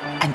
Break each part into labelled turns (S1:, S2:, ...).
S1: an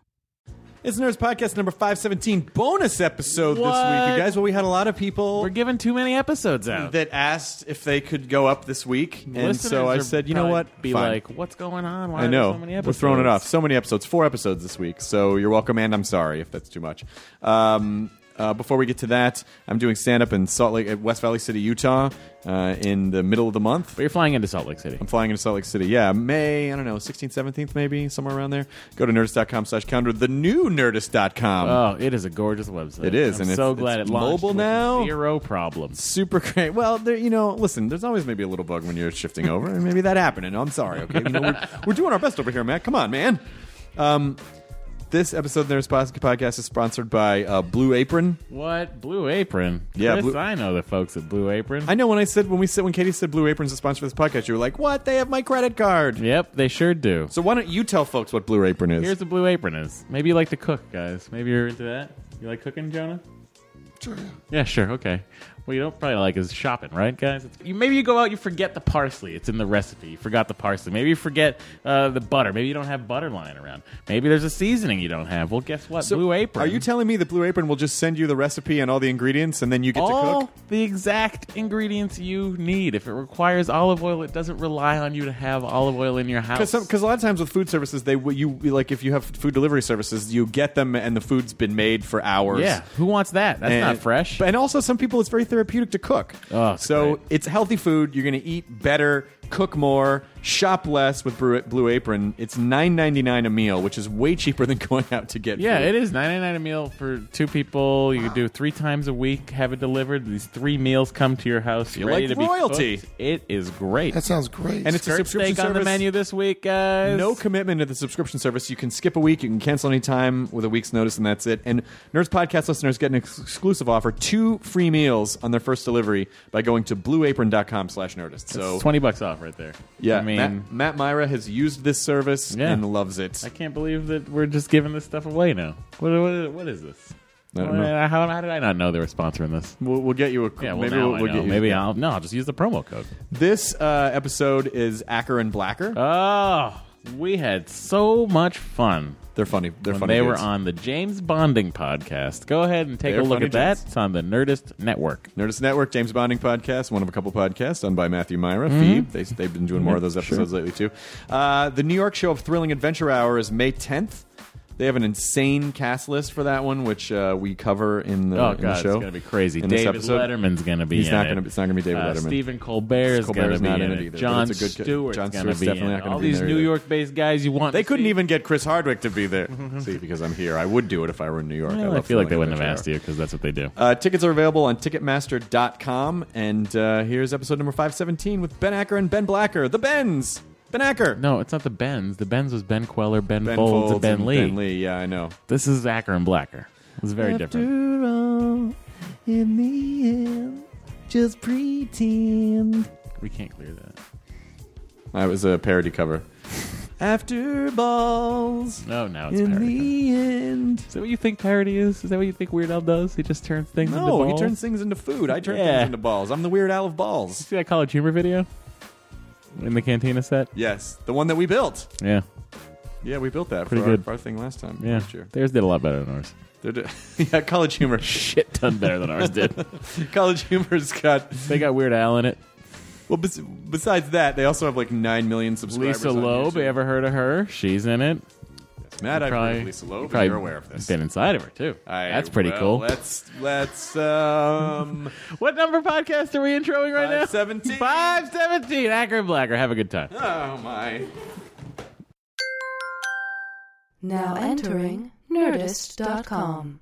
S2: It's Nerds Podcast number 517 bonus episode this week,
S3: What?
S2: you guys. Well, we had a lot of people
S3: We're giving too many episodes out.
S2: that asked if they could go up this week. And
S3: Listeners
S2: so I
S3: are
S2: said, you know
S3: probably
S2: what?
S3: Be
S2: Fine.
S3: like, what's going on? Why
S2: I
S3: are there
S2: know.
S3: so many episodes?
S2: We're throwing it off. So many episodes. Four episodes this week. So you're welcome, and I'm sorry if that's too much. Um, uh, before we get to that, I'm doing stand up in Salt Lake, at West Valley City, Utah, uh, in the middle of the month.
S3: But you're flying into Salt Lake City.
S2: I'm flying into Salt Lake City. Yeah, May, I don't know, 16th, 17th, maybe, somewhere around there. Go to nerdist.com slash calendar, the new nerdist.com.
S3: Oh, it is a gorgeous website.
S2: It is,
S3: I'm
S2: and it's-
S3: so glad
S2: it's
S3: it launched
S2: mobile
S3: with
S2: now.
S3: Zero problems.
S2: Super great. Well, there, you know, listen, there's always maybe a little bug when you're shifting over, and maybe that happened. And I'm sorry, okay? You know, we're, we're doing our best over here, Matt. Come on, man. Um, this episode of the Nerdist Podcast is sponsored by uh, Blue Apron.
S3: What Blue Apron?
S2: Yeah,
S3: Chris,
S2: Blue-
S3: I know the folks at Blue Apron.
S2: I know when I said when we said when Katie said Blue Apron's a sponsor for this podcast, you were like, "What? They have my credit card."
S3: Yep, they sure do.
S2: So why don't you tell folks what Blue Apron is?
S3: Here's what Blue Apron is. Maybe you like to cook, guys. Maybe you're into that. You like cooking, Jonah? Yeah, sure. Okay. What you don't probably like is shopping, right, guys? It's, you, maybe you go out, you forget the parsley. It's in the recipe. You forgot the parsley. Maybe you forget uh, the butter. Maybe you don't have butter lying around. Maybe there's a seasoning you don't have. Well, guess what?
S2: So
S3: Blue Apron.
S2: Are you telling me that Blue Apron will just send you the recipe and all the ingredients, and then you get to
S3: all
S2: cook?
S3: the exact ingredients you need. If it requires olive oil, it doesn't rely on you to have olive oil in your house.
S2: Because a lot of times with food services, they w- you like if you have food delivery services, you get them and the food's been made for hours.
S3: yeah, who wants that? That's
S2: And-
S3: not fresh.
S2: but- And also, some people it's very therapeutic to cook.
S3: Oh, it's
S2: so
S3: great.
S2: it's healthy food. You're going to eat better, cook more, shop less with Blue, Blue Apron. It's nine ninety nine a meal, which is way cheaper than going out to get.
S3: Yeah,
S2: food.
S3: it is ninety nine a meal for two people. You can do three times a week, have it delivered. These three meals come to your house. You're ready
S2: like
S3: to be
S2: royalty.
S3: cooked. It is great.
S4: That sounds great.
S2: And it's a
S3: Skirt
S2: subscription
S3: steak on the
S2: service.
S3: menu this week, guys.
S2: No commitment to the subscription service. You can skip a week. You can cancel anytime with a week's notice, and that's it. And Nerds Podcast listeners get an ex- exclusive offer: two free meals on their first delivery by going to blueapron.com/nerdist. So
S3: It's twenty bucks off right there.
S2: yeah,
S3: I mean,
S2: Matt, Matt Myra has used this service
S3: Yeah.
S2: and loves it.
S3: I can't believe that we're just giving this stuff away now. What, what, what is this?
S2: I don't know.
S3: How, how did I not know they were sponsoring this?
S2: We'll, we'll get you a
S3: Yeah, well,
S2: maybe
S3: now
S2: we'll,
S3: I
S2: we'll
S3: know.
S2: get you
S3: maybe I'll no. I'll just use the promo code.
S2: This uh, episode is Acker and Blacker.
S3: Oh, we had so much fun
S2: they're funny. They're
S3: when
S2: funny.
S3: they were
S2: dudes.
S3: on the James Bonding podcast. Go ahead and take
S2: They're
S3: a look
S2: funny
S3: at that.
S2: dudes.
S3: It's on the Nerdist Network.
S2: Nerdist Network, James Bonding podcast, one of a couple podcasts done by Matthew Myra.
S3: Mm-hmm.
S2: Phoebe, they, they've been doing more of those episodes lately too. Uh, the New York show of Thrilling Adventure Hour is May 10th. They have an insane cast list for that one, which uh, we cover in the,
S3: Oh
S2: in
S3: god,
S2: the
S3: it's
S2: show.
S3: gonna be crazy.
S2: In this
S3: David
S2: episode.
S3: Letterman's gonna be.
S2: He's
S3: in
S2: not
S3: it.
S2: gonna be- it's not gonna be David
S3: uh,
S2: Letterman.
S3: Stephen Colbert is gonna
S2: Colbert's
S3: be
S2: not in
S3: in
S2: it
S3: it.
S2: either, but
S3: John
S2: it's a good-
S3: Stewart's
S2: Jon
S3: gonna
S2: Stewart's
S3: be
S2: definitely not
S3: in it.
S2: gonna
S3: All
S2: be in
S3: these
S2: there
S3: New
S2: either.
S3: York based guys you want.
S2: They
S3: to
S2: couldn't
S3: see.
S2: even get Chris Hardwick to be there. See, because I'm here. I would do it if I were in New York.
S3: Mm-hmm. Well, I
S2: love
S3: feel
S2: Thrilling
S3: like they wouldn't have
S2: Adventure
S3: asked
S2: Hour.
S3: you because that's what they do.
S2: Uh, tickets are available on Ticketmaster.com. And uh, here's episode number 517 with Ben Acker and Ben Blacker. The Bens! Ben Acker!
S3: No, it's not the Bens. The Bens was Ben Queller, Ben,
S2: Ben
S3: Folds,
S2: Folds
S3: and Ben
S2: and
S3: Lee.
S2: Ben Lee, yeah, I know.
S3: This is Acker and Blacker. It's very different.
S2: in the end, just pretend.
S3: We can't clear that.
S2: That was a parody cover. After balls.
S3: No, now it's
S2: in
S3: parody.
S2: the end.
S3: Is that what you think parody is? Is that what you think Weird Al does? He just turns things into
S2: No,
S3: balls?
S2: he turns things into food. I turn
S3: Yeah.
S2: things into balls. I'm the Weird Al of balls.
S3: See that College Humor video? In the Cantina set?
S2: Yes, the one that we built.
S3: Yeah.
S2: Yeah, we built that
S3: Pretty
S2: for our-
S3: good.
S2: Our, thing last time.
S3: Yeah.
S2: last year.
S3: Theirs did a lot better than ours.
S2: They're d- yeah, college humor.
S3: Shit ton better than ours did.
S2: college humor's got.
S3: They got Weird Al in it.
S2: Well, bes- besides that, they also have like nine million subscribers.
S3: Lisa
S2: on
S3: Loeb,
S2: YouTube.
S3: you ever heard of her? She's in it.
S2: Matt, I've heard
S3: Probably-
S2: of Lisa Loeb.
S3: probably
S2: You're aware of this.
S3: Been inside of her too.
S2: I-
S3: That's pretty
S2: well,
S3: cool.
S2: Let's let's um
S3: What number podcast are we introing right now?
S2: 517.
S3: Five seventeen. Acker and Blacker. Have a good time.
S2: oh my.
S5: Now entering Nerdist.com.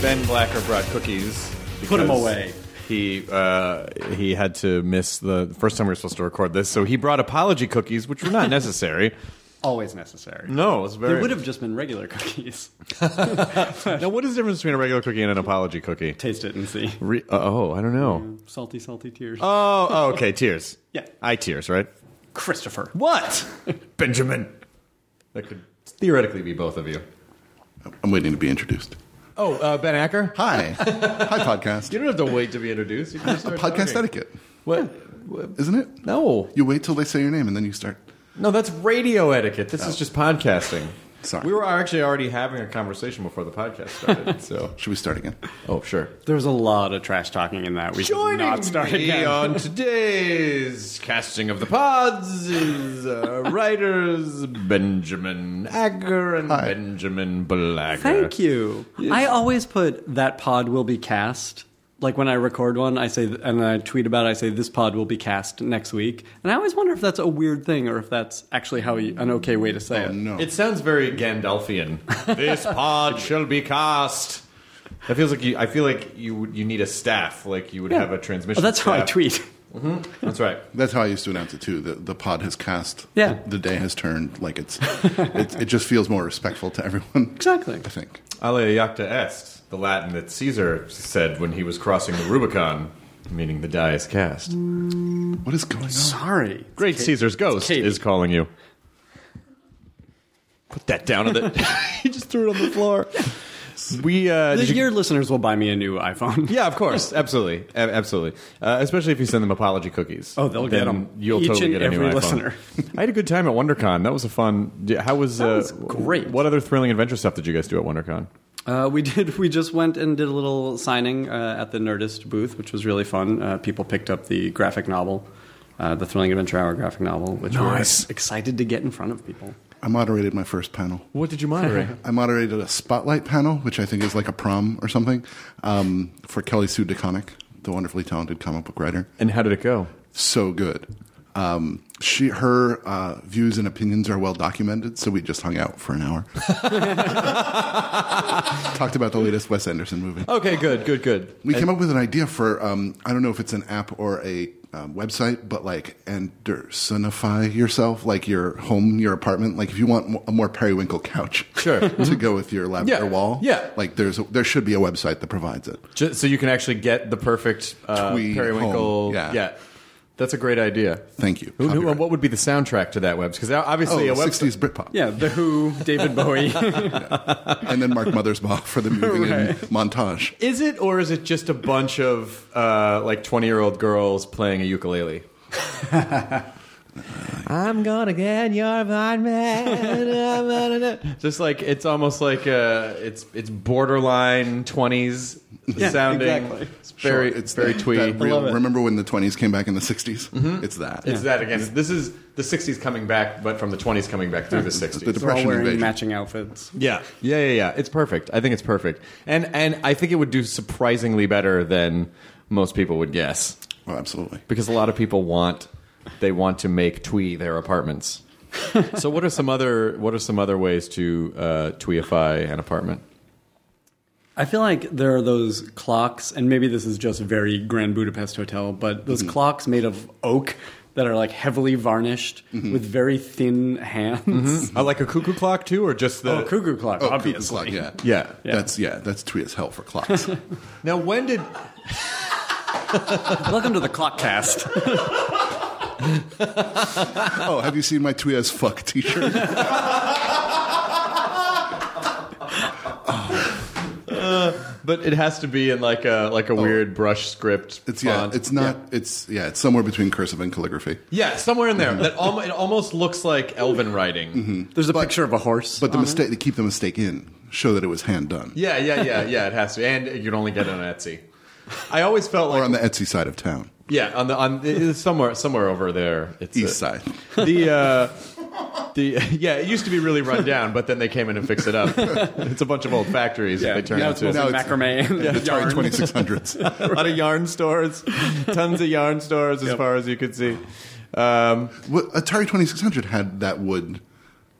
S2: Ben Blacker brought cookies.
S6: Put 'em
S2: because
S6: away.
S2: He uh, he had to miss the the first time we were supposed to record this, so he brought apology cookies, which were not necessary.
S6: Always necessary.
S2: No, it's very.
S6: They would have just been regular cookies.
S2: Now, what is the difference between a regular cookie and an apology cookie?
S6: Taste it and see. Uh,
S2: Re- uh, oh, I don't know.
S6: Salty, salty tears.
S2: Oh, oh, okay, tears.
S6: Yeah.
S2: eye tears, right?
S6: Christopher.
S2: What, Benjamin? That could theoretically be both of you.
S7: I'm waiting to be introduced.
S2: Oh, uh, Ben Acker.
S7: Hi. Hi, podcast.
S2: You don't have to wait to be introduced. You can just start
S7: podcast
S2: talking.
S7: etiquette,
S2: What?
S7: isn't it?
S2: No,
S7: You wait till they say your name and then you start.
S2: no, that's radio etiquette. This is just podcasting.
S7: Sorry.
S2: We were actually already having a conversation before the podcast started. so,
S7: Should we start again?
S2: oh sure.
S6: There's a lot of trash talking in that. We should not start
S2: me
S6: again.
S2: on today's casting of the pods is uh, writers Benjamin Agger and
S7: Hi.
S2: Benjamin Blacker.
S6: Thank you. I always put that pod will be cast. Like when I record one, I say, and I tweet about it, I say, this pod will be cast next week. And I always wonder if that's a weird thing or if that's actually how you, an okay way to say it.
S7: Oh, No.
S2: It sounds very Gandalfian. this pod shall be cast. That feels like you, I feel like you would- you need a staff, like you would have a transmission.
S6: Oh, that's how I
S2: staff.
S6: tweet.
S2: That's right.
S7: That's how I used to announce it too. The the pod has cast.
S6: Yeah.
S7: The, the day has turned. Like it's, it, it just feels more respectful to everyone.
S6: Exactly.
S7: I think.
S2: Alea iacta est, the Latin that Caesar said when he was crossing the Rubicon, meaning the die is cast.
S6: Mm.
S7: What is going on?
S6: Sorry.
S2: Great Caesar's ghost
S6: Katie.
S2: is calling you. Put that down on the. he just threw it on the floor. We uh,
S6: The-
S2: did you-
S6: your listeners will buy me a new iPhone.
S2: yeah, of course, absolutely, A- absolutely. Uh, especially if you send them apology cookies.
S6: Oh, they'll
S2: Then
S6: get 'em.
S2: You'll
S6: Each
S2: totally
S6: and
S2: get a new
S6: every
S2: iPhone.
S6: listener.
S2: I had a good time at WonderCon. That was a fun. d- How was uh,
S6: was great.
S2: What other thrilling adventure stuff did you guys do at WonderCon?
S6: Uh, we did. We just went and did a little signing uh, at the Nerdist booth, which was really fun. Uh, people picked up the graphic novel, uh, the Thrilling Adventure Hour graphic novel, which
S2: Nice.
S6: we're excited to get in front of people.
S7: I moderated my first panel.
S2: What did you moderate?
S7: I moderated a spotlight panel, which I think is like a prom or something, um, for Kelly Sue DeConnick, the wonderfully talented comic book writer.
S2: and how did it go?
S7: so good. Um, she, her uh, views and opinions are well documented, so we just hung out for an hour. Talked about the latest Wes Anderson movie.
S2: Okay, good, good, good.
S7: We came up with an idea for um, I don't know if it's an app or a um, website, but like Andersonify yourself, like your home, your apartment. Like if you want mo- a more periwinkle couch,
S2: Sure.
S7: to go with your lavender
S2: Yeah,
S7: wall,
S2: yeah.
S7: Like there's a, there should be a website that provides it.
S2: Ju- so you can actually get the perfect uh,
S7: Twee
S2: periwinkle.
S7: home, yeah.
S2: that's a great idea.
S7: Thank you.
S2: Who, who,
S7: Copyright.
S2: what would be the soundtrack to that web? Because
S7: Oh,
S2: obviously a web.
S7: 60s Britpop.
S6: Yeah, The Who, David Bowie.
S7: and then Mark Mothersbaugh for the moving and montage.
S2: Is it or is it just a bunch of uh, like twenty-year-old girls playing a ukulele? I'm gonna get your mind man. Just like it's almost like uh, it's it's borderline twenties sounding.
S6: exactly.
S2: It's very
S7: Sure,
S2: it's very
S7: that-
S2: twee.
S7: that real- remember when the 20s came back in the 60s? It's that.
S2: Mm-hmm. It's that again. This is the '60s coming back, but from the '20s coming back through the '60s.
S7: The
S6: They're all
S7: Depression
S6: wearing
S7: invasion.
S6: matching outfits.
S2: yeah, yeah, yeah, yeah. It's perfect. I think it's perfect, and and I think it would do surprisingly better than most people would guess,
S7: Oh, absolutely.
S2: because a lot of people want they want to make twee their apartments. so what are some other what are some other ways to uh, tweeify an apartment?
S6: I feel like there are those clocks, and maybe this is just very Grand Budapest Hotel, but those clocks made of oak that are like heavily varnished with very thin hands.
S2: Uh, like a cuckoo clock too, or just the
S6: Oh, cuckoo clock,
S7: Oh,
S6: obviously.
S7: cuckoo clock, yeah.
S2: Yeah.
S7: That's yeah, that's twee as hell for clocks.
S2: Now, when did
S6: Welcome to the clock cast.
S7: oh, have you seen my twee as fuck T-shirt?
S2: But it has to be in like a like a weird brush script.
S7: Oh. It's yeah,
S2: font.
S7: it's not. It's yeah, it's somewhere between cursive and calligraphy.
S2: yeah, somewhere in there.
S7: Mhm.
S2: That almo- it almost looks like Elven writing.
S6: There's a picture of a horse.
S7: But the mistake, they keep the mistake in, show that it was hand done.
S2: Yeah, yeah, yeah, yeah. It has to, and you'd only get it on Etsy. I always felt like
S7: Or on the Etsy side of town,
S2: yeah, on the on it is somewhere somewhere over there. It's
S7: east
S2: a-
S7: side.
S2: The uh, the yeah, it used to be really run down, but then they came in and fixed it up. It's a bunch of old factories that they turned
S6: now it's
S2: into.
S6: mostly
S7: now it's-
S6: macrame. and
S7: The Atari
S6: yarn.
S7: twenty six hundreds.
S2: a lot of yarn stores, tons of yarn stores as far as you could see. Um,
S7: Atari twenty six hundred had that wood,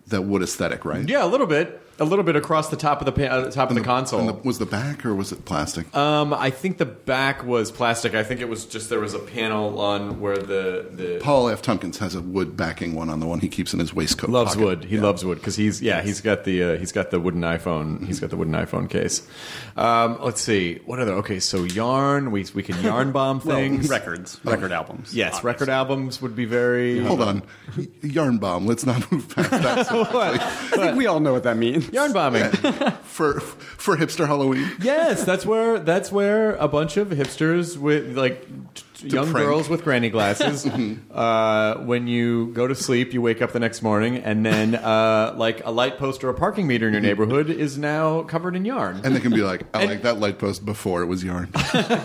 S7: that wood aesthetic, right?
S2: yeah, a little bit, a little bit across the top of the pa- uh, top of the console.
S7: And the, was the back or was it plastic?
S2: Um, I think the back was plastic. I think it was just there was a panel on where the the
S7: Paul F. Tompkins has a wood backing one on the one he keeps in his waistcoat.
S2: loves
S7: pocket.
S2: wood. He loves wood because he's yeah he's got the uh, he's got the wooden iPhone. He's got the wooden iPhone case. Um, let's see what other okay. So yarn we we can yarn bomb
S6: Well,
S2: things.
S6: records, record albums.
S2: Yes, record albums would be very.
S7: Hold on, yarn bomb. Let's not move past that so quickly.
S6: I think we all know what that means.
S2: Yarn bombing.
S7: for for hipster Halloween.
S2: yes, that's where that's where a bunch of hipsters with like t- t- young
S7: prank.
S2: girls with granny glasses. uh, when you go to sleep, you wake up the next morning, and then uh, like a light post or a parking meter in your neighborhood is now covered in yarn.
S7: And they can be like, I like that light post before it was yarn.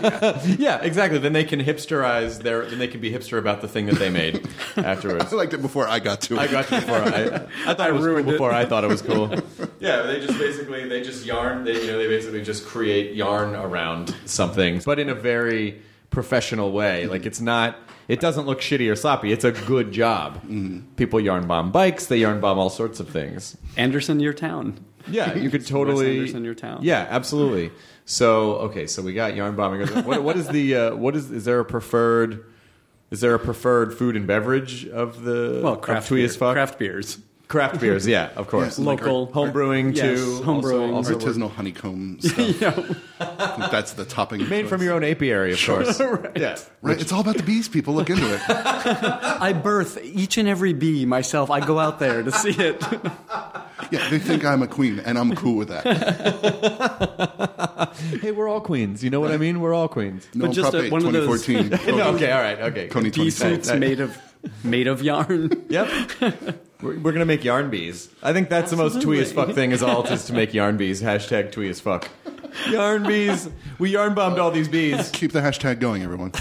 S2: yeah, exactly. Then they can hipsterize their. Then they can be hipster about the thing that they made afterwards.
S7: I liked it before I got to it.
S2: I got you before I, I thought it was cool
S6: ruined it.
S2: before I thought it was cool. yeah, they just basically they just yarn. They you know they basically just create yarn around something, but in a very professional way. Like it's not. It doesn't look shitty or sloppy. It's a good job. People yarn bomb bikes. They yarn bomb all sorts of things.
S6: Anderson, your town.
S2: Yeah, you could
S6: Wes
S2: totally.
S6: Anderson, your town.
S2: Yeah, absolutely. So okay, so we got yarn bombing. What, what is the uh, what is is there a preferred? Is there a preferred food and beverage of the
S6: Well,
S2: of
S6: craft,
S2: Twee
S6: beer-
S2: as fuck?
S6: craft beers.
S2: Craft beers, yeah, of course.
S7: Yeah,
S6: Local.
S2: home brewing
S6: Yes,
S2: too.
S6: home brewing.
S2: also, also
S7: Artisanal honeycomb stuff. That's the topping.
S2: made from your own apiary, of course. Yeah,
S7: Right, it's all about the bees, people. Look into it.
S6: I birth each and every bee myself. I go out there to see it.
S7: Yeah, they think I'm a queen, and I'm cool with that.
S2: hey, we're all queens. You know what I mean? We're all queens.
S7: No,
S6: just
S7: Prop
S6: a-
S7: 8,
S6: one of those-
S7: 2014.
S2: No, okay, all right, okay.
S7: Coney
S6: Bee
S7: 2010.
S6: suits made of made of yarn.
S2: Yep. We're, we're gonna make yarn bees. I think that's the most twee as fuck thing is all is to make yarn bees. Hashtag twee as fuck. Yarn bees. We yarn bombed all these bees.
S7: Keep the hashtag going, everyone.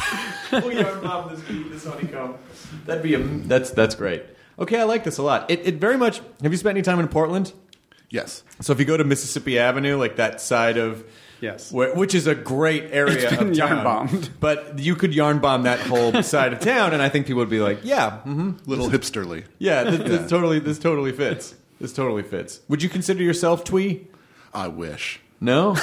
S2: we yarn bombed this bee, this honeycomb. That'd be a. That's that's great. Okay, I like this a lot. It, it very much. Have you spent any time in Portland?
S7: Yes.
S2: So if you go to Mississippi Avenue, like that side of
S6: Yes.
S2: where, which is a great area
S6: It's been
S2: of
S6: yarn
S2: town,
S6: bombed.
S2: but you could yarn bomb that whole side of town, and I think people would be like, "Yeah, hmm
S7: Little hipsterly.
S2: yeah, this, this totally, this totally fits. This totally fits." Would you consider yourself twee?
S7: I wish.
S2: No,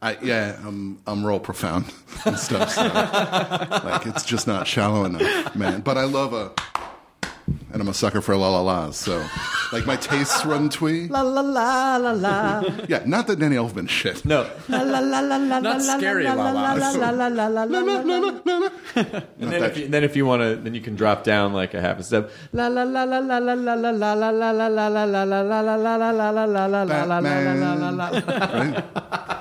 S7: I, yeah, I'm, I'm real profound and stuff. So, like, it's just not shallow enough, man. But I love a. And I'm a sucker for la la la's. So, like, my tastes run twee. La la la la la. Yeah, not the Danny Elfman shit.
S2: no.
S6: Not scary, la la.
S2: And then if, you, then if you want to, then you can drop down like a half a step. La la la la la la la la la la la la la la la la la la la la la la la la la la la la.
S7: Right?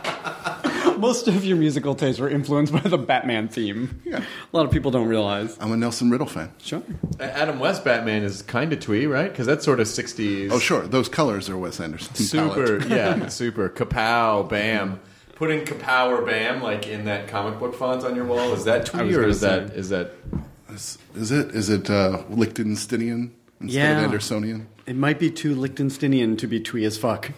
S6: Most of your musical tastes were influenced by the Batman theme.
S7: Yeah.
S6: A lot of people don't realize.
S7: I'm a Nelson Riddle fan.
S6: Sure.
S2: Adam West Batman is kind of twee, right? Because that's sort of sixties.
S7: Oh, sure. Those colors are Wes Anderson.
S2: Super, yeah, super. Kapow, bam. Putting kapow or bam like in that comic book font on your wall is that twee or
S6: gonna
S2: is that is that?
S7: Is, is it? Is it uh, Lichtensteinian instead
S6: Yeah.
S7: of Andersonian?
S6: It might be too Lichtensteinian to be twee as fuck.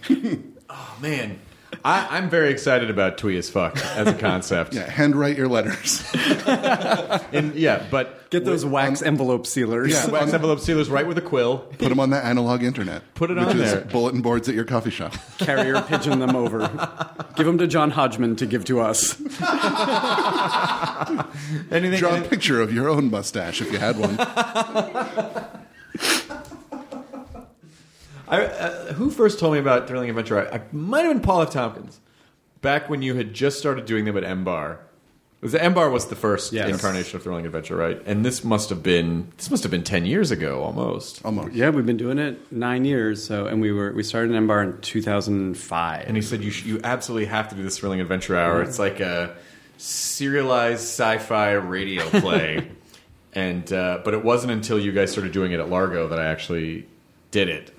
S2: Oh man, I, I'm very excited about Twee as fuck as a concept.
S7: Yeah, handwrite your letters.
S2: And yeah, but
S6: Get those wax envelope sealers.
S7: Yeah,
S2: wax
S7: on-
S2: envelope sealers right with a quill.
S7: put them on the analog internet.
S2: Put it
S7: which
S2: on
S7: is
S2: there.
S7: Bulletin boards at your coffee shop.
S6: Carrier pigeon them over. Give them to John Hodgman to give to us.
S2: Anything.
S7: Draw a picture of your own mustache if you had one.
S2: I, uh, who first told me about Thrilling Adventure? I, I might have been Paula Tompkins. Back when you had just started doing them at M Bar. Was M Bar was the first
S6: Yes.
S2: incarnation of Thrilling Adventure, right? And this must have been this must have been ten years ago almost.
S7: Almost.
S6: Yeah, we've been doing it nine years. So, and we were we started an bar in 2005.
S2: And he said, "You sh- you absolutely have to do this thrilling adventure hour. It's like a serialized sci-fi radio play." and uh, but it wasn't until you guys started doing it at Largo that I actually did it.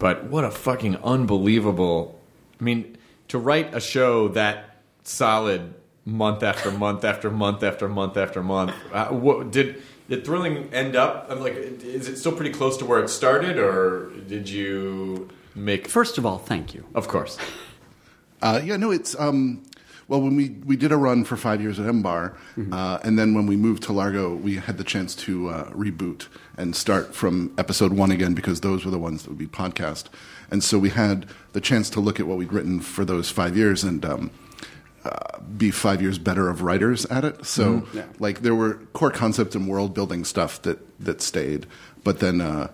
S2: But what a fucking unbelievable! I mean, to write a show that solid month after month after month after month after month. Uh, what, did did thrilling end up? I'm like, is it still pretty close to where it started, or did you make?
S6: First of all, thank you.
S2: Of course.
S7: Uh, yeah, no, it's um, well when we we did a run for five years at M Bar, uh, and then when we moved to Largo, we had the chance to uh, reboot and start from episode one again because those were the ones that would be podcast, and so we had the chance to look at what we'd written for those five years and. Um, uh, be five years better of writers at it. So, like, there were core concept and world building stuff that that stayed, but then uh,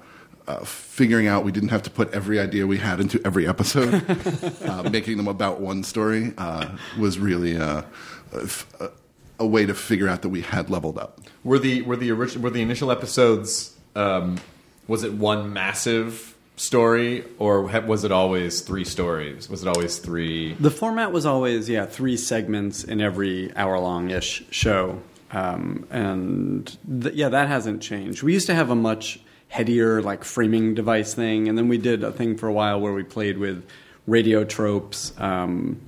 S7: uh, figuring out we didn't have to put every idea we had into every episode, uh, making them about one story uh, was really uh, a, f- a- a way to figure out that we had leveled up.
S2: Were the were the original were the initial episodes? Um, was it one massive story, or ha- was it always three stories? Was it always three?
S6: The format was always yeah three segments in every hour long ish show, um, and th- yeah that hasn't changed. We used to have a much headier like framing device thing, and then we did a thing for a while where we played with radio tropes. Um,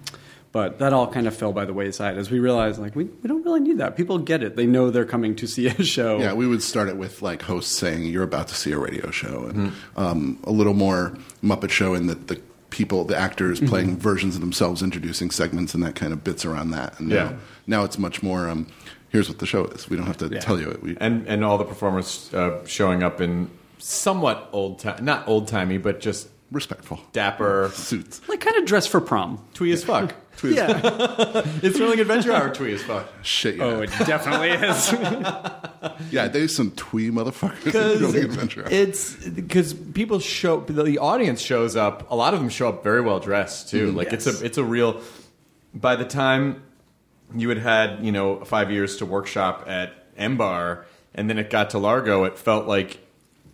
S6: but that all kind of fell by the wayside as we realized like we, we don't really need that. People get it. They know they're coming to see a show.
S7: Yeah, we would start it with like hosts saying you're about to see a radio show, and um, a little more Muppet Show in that the people, the actors playing versions of themselves, introducing segments and that kind of bits around that. And
S2: Yeah.
S7: now, now it's much more. Um, here's what the show is. We don't have to tell you it. We,
S2: And and all the performers uh, showing up in somewhat old time, not old timey, but just
S7: respectful
S2: dapper,
S7: suits.
S6: like kind of dress for prom.
S2: twee as fuck.
S7: Tweet-
S2: it's thrilling adventure hour, twee as fuck.
S7: Shit. Yeah.
S6: Oh, it definitely is.
S7: yeah, there's some twee motherfuckers in Thrilling Adventure.
S2: It's because people show the audience shows up. A lot of them show up very well dressed too. Like it's
S6: Yes.
S2: a it's a real. By the time you had had you know five years to workshop at M Bar, and then it got to Largo, it felt like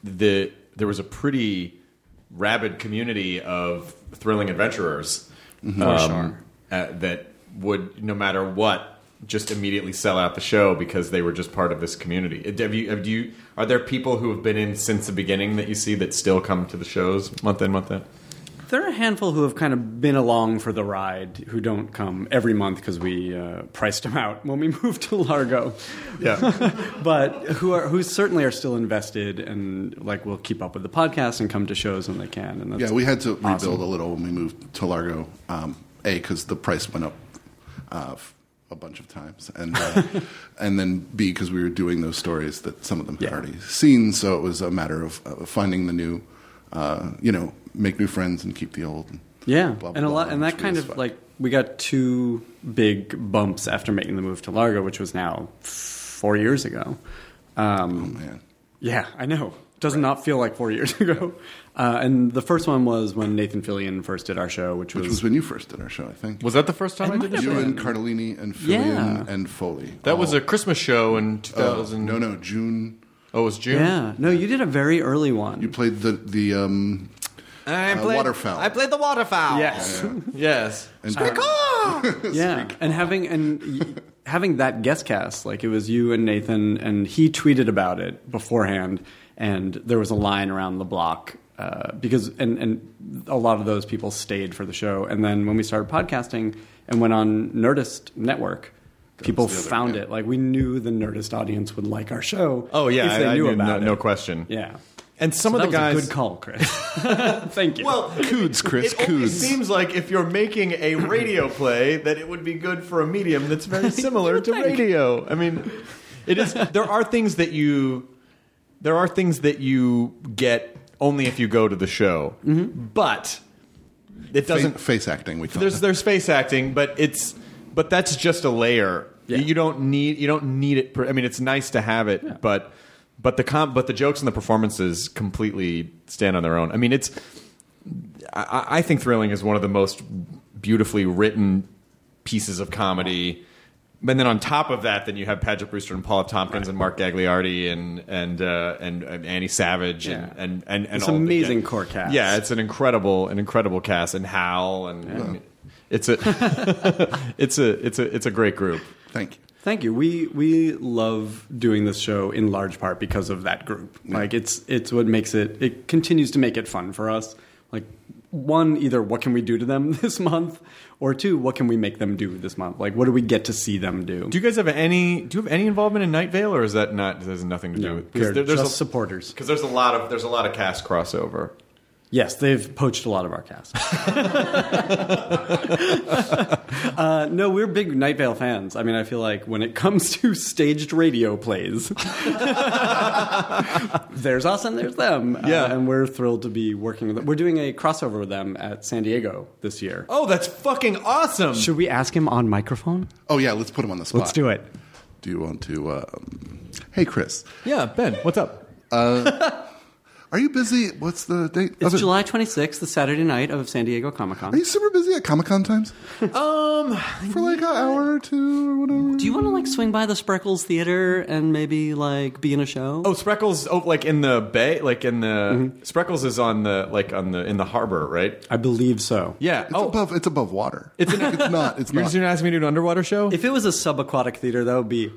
S2: the there was a pretty rabid community of thrilling adventurers um, uh, that would no matter what just immediately sell out the show because they were just part of this community. Uh, Have you, have you, are there people who have been in since the beginning that you see that still come to the shows month in, month out?
S6: There are a handful who have kind of been along for the ride who don't come every month because we uh, priced them out when we moved to Largo,
S2: Yeah.
S6: but who are who certainly are still invested and like will keep up with the podcast and come to shows when they can. And that's,
S7: Yeah, we had to rebuild a little when we moved to Largo. Um, a because the price went up uh, f- a bunch of times, and uh, and then B because we were doing those stories that some of them had
S6: Yeah.
S7: already seen. So it was a matter of uh, finding the new, uh, you know, make new friends and keep the old. And
S6: Yeah,
S7: blah,
S6: and
S7: blah,
S6: a
S7: blah,
S6: lot, and
S7: which
S6: that
S7: we
S6: kind
S7: just
S6: of
S7: fucked.
S6: like we got two big bumps after making the move to Largo, which was now four years ago. Um,
S7: man.
S6: Yeah, I know. Does not feel like four years ago. Uh, and the first one was when Nathan Fillion first did our show, which was,
S7: Which was when you first did our show, I think.
S2: Was that the first time I,
S6: It
S2: did
S6: might
S2: this?
S6: have
S7: you
S6: been.
S7: and Cardellini and Fillion
S6: Yeah.
S7: and Foley?
S2: That was
S7: all-
S2: a Christmas show in Oh, 2000.
S7: no, no, June.
S2: Oh, it was June?
S6: yeah. No, you did a very early one.
S7: You played the the um,
S2: I
S7: Uh, waterfowl.
S2: the waterfowl.
S6: yes.
S2: Yes.
S7: and
S6: yeah and having and y- having that guest cast like it was you and nathan and he tweeted about it beforehand and there was a line around the block uh, because and and a lot of those people stayed for the show and then when we started podcasting and went on nerdist network people found it like we knew the nerdist audience would like our show
S2: Oh, yeah.
S6: if they
S2: I, I
S6: knew
S2: knew
S6: about
S2: no,
S6: it
S2: no question.
S6: yeah
S2: And some
S6: that
S2: of the
S6: was
S2: guys.
S6: a good call, Chris. Thank you.
S2: Well,
S7: Coods,
S2: it
S7: Chris,
S2: only
S7: coods.
S2: seems like if you're making a radio play, that it would be good for a medium that's very similar to radio. I mean, it is. There are things that you, there are things that you get only if you go to the show, but it doesn't.
S7: Fa- face acting. We call
S2: There's
S7: it.
S2: there's face acting, but it's but that's just a layer.
S6: Yeah.
S2: You don't need you don't need it. Per, I mean, it's nice to have it, but but the com- but the jokes and the performances completely stand on their own. I mean, it's I- I, I think Thrilling is one of the most beautifully written pieces of comedy. And then on top of that, then you have Padgett Brewster and Paula Tompkins and Mark Gagliardi and and uh, and, and Annie Savage and
S6: Yeah.
S2: and and, and
S6: It's
S2: all the-
S6: amazing core cast.
S2: Yeah, it's an incredible an incredible cast and Hal and, and it's a it's a it's a it's a great group.
S7: Thank you.
S6: Thank you. We we love doing this show in large part because of that group. Like it's it's what makes it it continues to make it fun for us. Like one, either what can we do to them this month, or two, what can we make them do this month? Like what do we get to see them do?
S2: Do you guys have any do you have any involvement in Night Vale or is that not there's nothing to do with
S6: they're
S2: there- there's
S6: just
S2: a,
S6: supporters.
S2: because there's a lot of there's a lot of cast crossover.
S6: Yes, they've poached a lot of our cast. uh, no, we're big Night Vale fans. I mean, I feel like when it comes to staged radio plays, there's us and there's them. Uh,
S2: Yeah.
S6: and we're thrilled to be working with them. We're doing a crossover with them at San Diego this year.
S2: Oh, that's fucking awesome.
S6: Should we ask him on microphone?
S7: Oh yeah, let's put him on the spot.
S6: Let's do it.
S7: Do you want to? Um, hey, Chris,
S2: Yeah, Ben, what's up?
S7: are you busy? What's the date?
S6: It's
S7: Other-
S6: July 26th, the Saturday night of San Diego Comic
S7: Are
S6: Con.
S7: you super busy at Comic Con times
S2: Um,
S7: for like an hour or two or whatever?
S6: Do you want to like swing by the Spreckles Theater and maybe like be in a show?
S2: Oh, Spreckles! Oh, like in the bay, like in the Spreckles is on the like on the in the harbor, right?
S6: I believe so.
S2: Yeah.
S7: It's
S2: oh,
S7: above. It's above water. It's, not. It's
S2: you're
S7: not.
S2: just gonna ask me to do an underwater show?
S6: If it was a subaquatic theater, that would be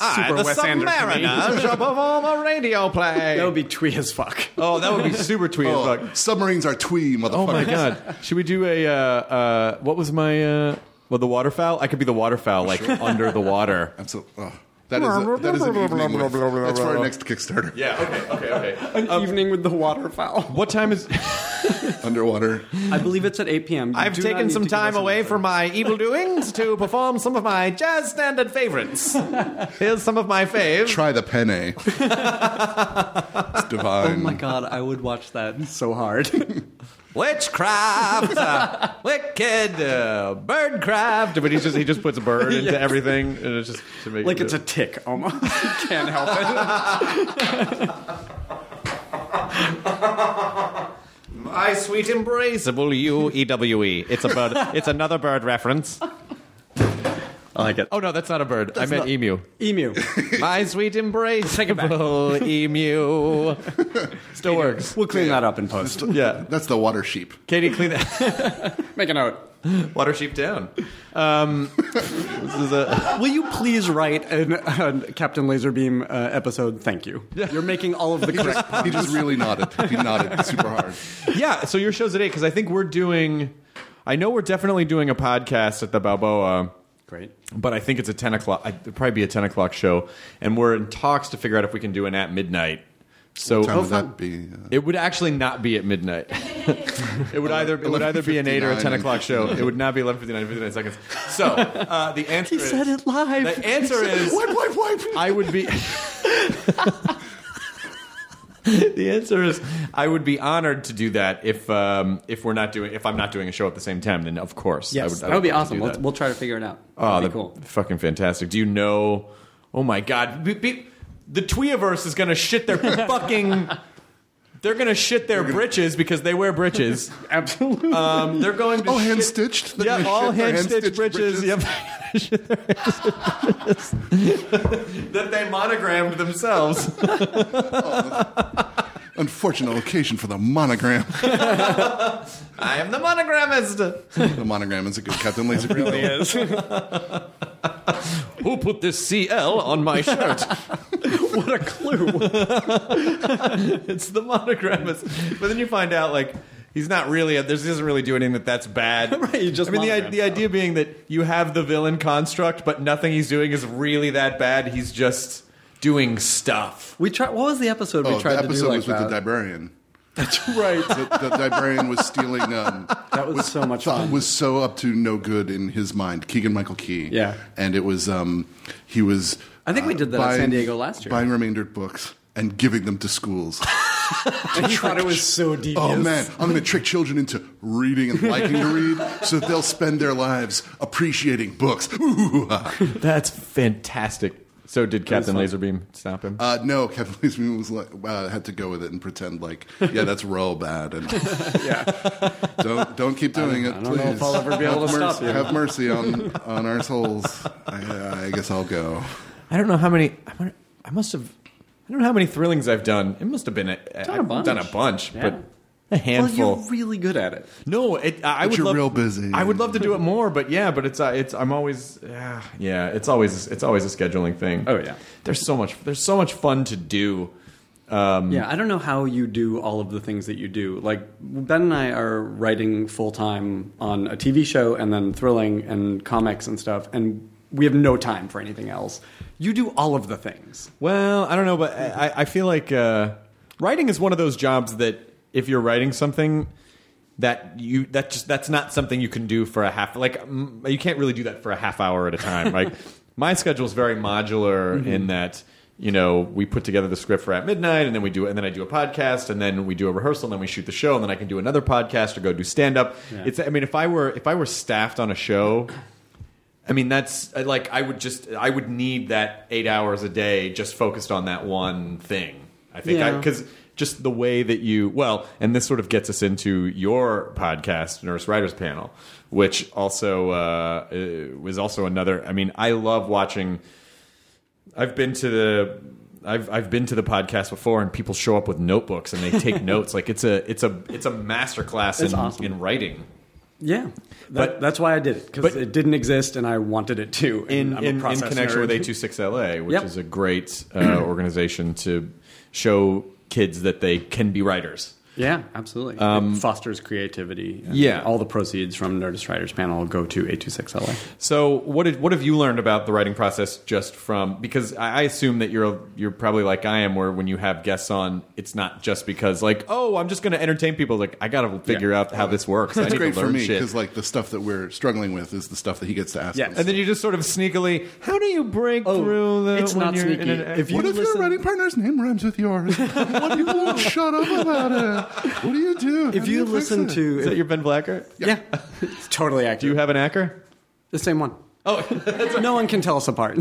S2: I,
S6: super
S2: Ah, the
S6: Wes Anderson.
S2: Submariners above a radio play.
S6: That would be twee as fuck.
S2: oh, that would be super tweet
S7: Oh,
S2: as fuck.
S7: submarines are twee, motherfucker.
S2: Oh my god! Should we do a uh, uh, what was my uh, well the waterfowl? I could be the waterfowl, like under the water.
S7: Absolutely. Oh, that is a, that is an evening with, That's for our next Kickstarter.
S2: Yeah. Okay. Okay. Okay.
S6: An evening with the waterfowl.
S2: Um, What time is?
S7: Underwater.
S6: I believe it's at 8 p.m. You
S2: I've
S6: do not
S2: taken
S6: need
S2: some
S6: to give
S2: time
S6: us an
S2: away
S6: answer.
S2: from my evil doings to perform some of my jazz standard favorites. Here's some of my faves.
S7: Try the penne. it's divine.
S6: Oh my god, I would watch that so hard.
S2: witchcraft, uh, wicked uh, birdcraft. But he just he just puts a bird into everything, and it's just to make
S6: like
S2: it
S6: it's a tick almost. Can't help it.
S2: my sweet embraceable you E W E. It's a bird. it's another bird reference.
S6: I like it.
S2: Oh no, that's not a bird. I meant emu.
S6: Emu.
S2: My sweet embraceable emu. Still works.
S6: We'll clean that up in post.
S2: Yeah,
S7: That's the water sheep.
S2: Katie, clean that.
S6: Make a note.
S2: Water sheep down. Um, this is a.
S6: Will you please write an, a Captain Laserbeam uh, episode? Thank you. You're making all of the correct.
S7: He just really nodded. He nodded super hard.
S2: Yeah, so your show's at eight because I think we're doing. I know we're definitely doing a podcast at the Balboa,
S6: Great.
S2: but I think it's a ten o'clock. I- It'd probably be a ten o'clock show, and we're in talks to figure out if we can do an at midnight. So
S7: Time would that be? Uh,
S2: It would actually not be at midnight. it would either it would either be an eight or a ten o'clock show. It would not be eleven fifty nine fifty nine seconds. So uh, the answer
S6: He
S2: is,
S6: said it live.
S2: The answer is
S6: wipe, wipe, wipe.
S2: I would be. the answer is I would be honored to do that if um, if we're not doing if I'm not doing a show at the same time. Then of course,
S6: Yes,
S2: I
S6: that would be
S2: love to
S6: awesome.
S2: do
S6: Let's,
S2: that.
S6: we'll try to figure it out.
S2: Oh,
S6: That'd
S2: the
S6: be cool.
S2: fucking fantastic. Do you know? Oh my god, Be- be- the Tweeverse is gonna shit their fucking. They're gonna shit their britches because they wear britches.
S6: Absolutely.
S2: Um, they're going to
S7: all
S2: shit-
S7: hand stitched.
S2: Yeah, all hand stitched britches. Yep. that they monogrammed themselves.
S7: Unfortunate location for the monogram.
S2: I am the monogrammist.
S7: the monogram is a good Captain Laser. Really
S2: Who put this CL on my shirt?
S6: what a clue.
S2: it's the monogrammist. But then you find out, like, he's not really, there's, he doesn't really do anything that that's bad.
S6: Right, he just
S2: I mean, the, i-
S6: monograms
S2: the idea being that you have the villain construct, but nothing he's doing is really that bad. He's just. doing stuff.
S6: We tried. What was the episode we
S7: Oh,
S6: tried
S7: the
S6: to do
S7: episode
S6: like uh,
S7: was
S6: that?
S7: with the librarian.
S6: That's right.
S7: The, the librarian was stealing. Um,
S6: That was so much
S7: thought
S6: fun.
S7: was so up to no good in his mind. Keegan Michael Key.
S6: Yeah.
S7: and it was um, he was.
S6: I think we did that at San Diego last year.
S7: Buying remaindered books and giving them to schools.
S6: I thought it was so devious.
S7: Oh man, I'm going to trick children into reading and liking to read, so they'll spend their lives appreciating books. Ooh, ah.
S2: That's fantastic. So did Captain Laserbeam stop him?
S7: Uh, no, Kevin Leesman was like, uh, had to go with it and pretend like, yeah, that's real bad, and don't don't keep doing it.
S6: I don't know
S7: please.
S6: if I'll ever be
S7: have
S6: able to
S7: mercy,
S6: stop you.
S7: Have mercy on on our souls. I, I guess I'll go.
S2: I don't know how many. I wonder- I must have. I don't know how many thrillings I've done. It must have been. A,
S6: Done a
S2: I've
S6: bunch.
S2: done a bunch,
S6: Yeah.
S2: but a
S6: Well,
S2: handful.
S6: you're really good at it.
S2: No, it, I I
S7: But
S2: would
S7: you're
S2: love,
S7: real busy.
S2: I would love to do it more, but yeah, but it's uh, it's I'm always yeah, yeah, it's always it's always a scheduling thing.
S6: Oh, yeah.
S2: there's so much there's so much fun to do. Um,
S6: Yeah, I don't know how you do all of the things that you do. Like Ben and I are writing full time on a TV show and then thrilling and comics and stuff, and we have no time for anything else. You do all of the things.
S2: Well, I don't know, but I, I feel like uh, writing is one of those jobs that if you're writing something that you that just that's not something you can do for a half like mm, you can't really do that for a half hour at a time. like my schedule is very modular in that you know we put together the script for at midnight and then we do and then I do a podcast and then we do a rehearsal and then we shoot the show and then I can do another podcast or go do stand up. It's I mean if I were if I were staffed on a show I mean, that's I- like I would just I would need that eight hours a day just focused on that one thing. I think
S6: Yeah.
S2: because just the way that you well, and this sort of gets us into your podcast, Nurse Writers Panel, which also uh, uh, was also another. I mean, I love watching. I've been to the. I've I've been to the podcast before, and people show up with notebooks and they take notes. Like it's a it's a it's a masterclass
S6: It's
S2: in
S6: awesome.
S2: in writing.
S6: Yeah, that,
S2: But-
S6: that's why I did it because
S2: but-
S6: it didn't exist and I wanted it to. and
S2: in
S6: I'm a
S2: in, in
S6: process
S2: connection
S6: nerd.
S2: with A26LA, which
S6: Yep.
S2: is a great uh, organization to show kids that they can be writers.
S6: Yeah, absolutely. it fosters creativity. and
S2: Um, Yeah.
S6: all the proceeds from Nerdist Writers Panel go to A26LA.
S2: So, what did, what have you learned about the writing process just from? Because I I assume that you're you're probably like I am, where when you have guests on, it's not just because like, oh, I'm just going to entertain people. Like, I got to figure out how this works. I
S7: It's
S2: need
S7: great
S2: to
S7: for
S2: learn
S7: me
S2: shit.
S7: because like the stuff that we're struggling with is the stuff that he gets to ask.
S6: Yeah,
S7: us.
S2: and then you just sort of sneakily, how do you break through the?
S6: Oh, it's
S2: when
S6: not
S2: you're in
S6: sneaky.
S2: an-
S6: If you
S7: what if
S6: listen-
S7: your writing partner's name rhymes with yours? What do you won't shut up about it? What do you do? How
S6: if
S7: do
S6: you
S7: fix
S6: listen
S7: it?
S6: to
S2: is that your Ben Blacker?
S6: yeah, it's totally accurate.
S2: Do you have an anchor?
S6: the same one? Oh, no one can tell us apart.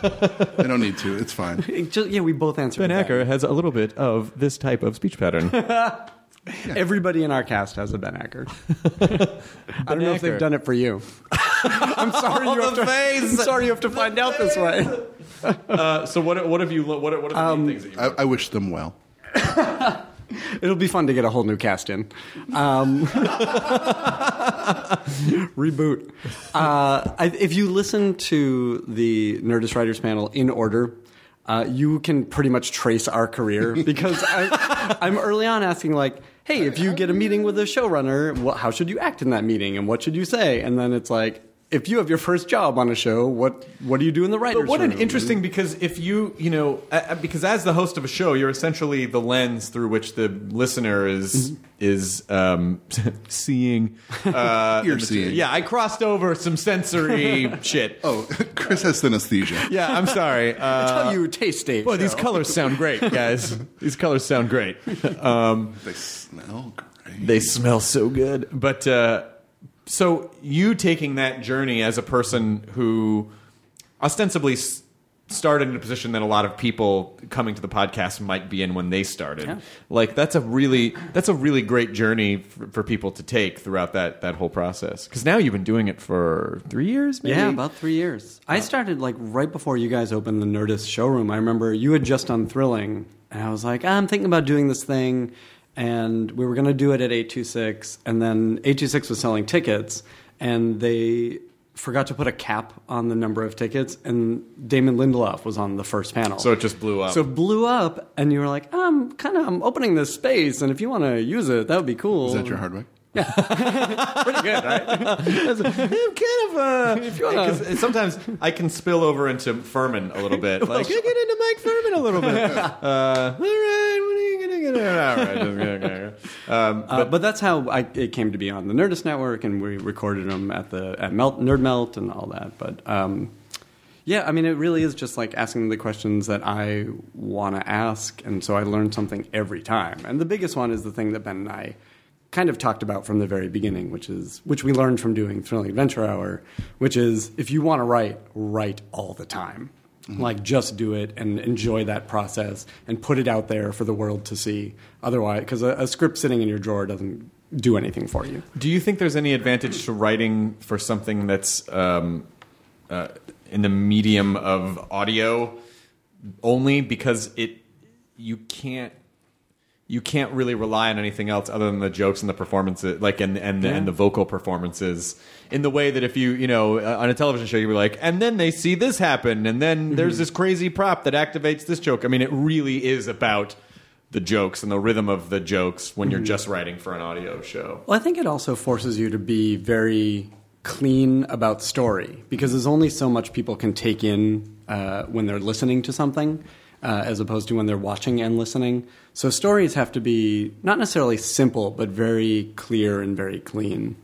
S7: I don't need to. It's fine.
S6: It just- yeah, we both answered.
S2: Ben
S6: with that.
S2: Acker has a little bit of this type of speech pattern.
S6: Everybody in our cast has a Ben Acker. I don't know if
S2: Acker.
S6: they've done it for you. I'm sorry you have
S2: the
S6: to.
S2: face!
S6: I'm sorry you have to find out this way.
S2: Uh, so what? What have you? What? What are the
S6: Um,
S2: main things that you?
S7: I, I wish them well.
S6: It'll be fun to get a whole new cast in. Um, reboot. Uh, I, if you listen to the Nerdist Writers panel in order, uh, you can pretty much trace our career because I, I'm early on asking like, "Hey, if you get a meeting with a showrunner, wha how should you act in that meeting, and what should you say?" And then it's like, if you have your first job on a show, what what do you do in the writers?
S2: But what an
S6: room?
S2: interesting because if you you know uh, uh, because as the host of a show you're essentially the lens through which the listener is
S7: Mm-hmm.
S2: is um, seeing uh,
S7: You're
S2: the-
S7: seeing.
S2: yeah I crossed over some sensory shit
S7: Oh, Chris has synesthesia.
S2: yeah I'm sorry uh,
S6: That's how you taste Dave.
S2: boy these colors sound great guys these colors sound great um,
S7: They smell great.
S2: they smell so good. But uh, so you taking that journey as a person who ostensibly s- started in a position that a lot of people coming to the podcast might be in when they started,
S6: Yeah.
S2: like that's a really that's a really great journey for, for people to take throughout that that whole process. Because now you've been doing it for three years, maybe?
S6: Yeah, about three years. I started like right before you guys opened the Nerdist showroom. I remember you had just done Thrilling, and I was like, "Ah, I'm thinking about doing this thing, and we were going to do it at 826, and then 826 was selling tickets, and they forgot to put a cap on the number of tickets, and Damon Lindelof was on the first panel.
S2: So it just blew up.
S6: So it blew um, up, and you were like, I'm kind of I'm opening this space, and if you want to use it, that would be cool.
S7: Is that your Hardwick?
S6: Pretty good, right?
S2: I'm kind of uh,
S6: If you wanna-
S2: 'cause sometimes I can spill over into Furman a little bit. Like, I get into Mike Furman a little bit. uh, all right, what are you gonna get? All right, okay, okay, okay. Um,
S6: Uh, but that's how I, it came to be on the Nerdist Network, and we recorded them at the at Melt, Nerd Melt and all that. But um, yeah, I mean, it really is just like asking the questions that I want to ask, and so I learn something every time. And the biggest one is the thing that Ben and I kind of talked about from the very beginning, which is which we learned from doing Thrilling Adventure Hour, which is if you want to write, write all the time. Like just do it and enjoy that process and put it out there for the world to see. Otherwise, because a, a script sitting in your drawer doesn't do anything for you.
S2: Do you think there's any advantage to writing for something that's um, uh, in the medium of audio only because it you can't you can't really rely on anything else other than the jokes and the performances, like and and, and the vocal performances. In the way that if you you know uh, on a television show you'd be like, and then they see this happen, and then there's this crazy prop that activates this joke. I mean, it really is about the jokes and the rhythm of the jokes when you're just writing for an audio show.
S6: Well, I think it also forces you to be very clean about story because there's only so much people can take in uh, when they're listening to something uh, as opposed to when they're watching and listening. So stories have to be not necessarily simple, but very clear and very clean.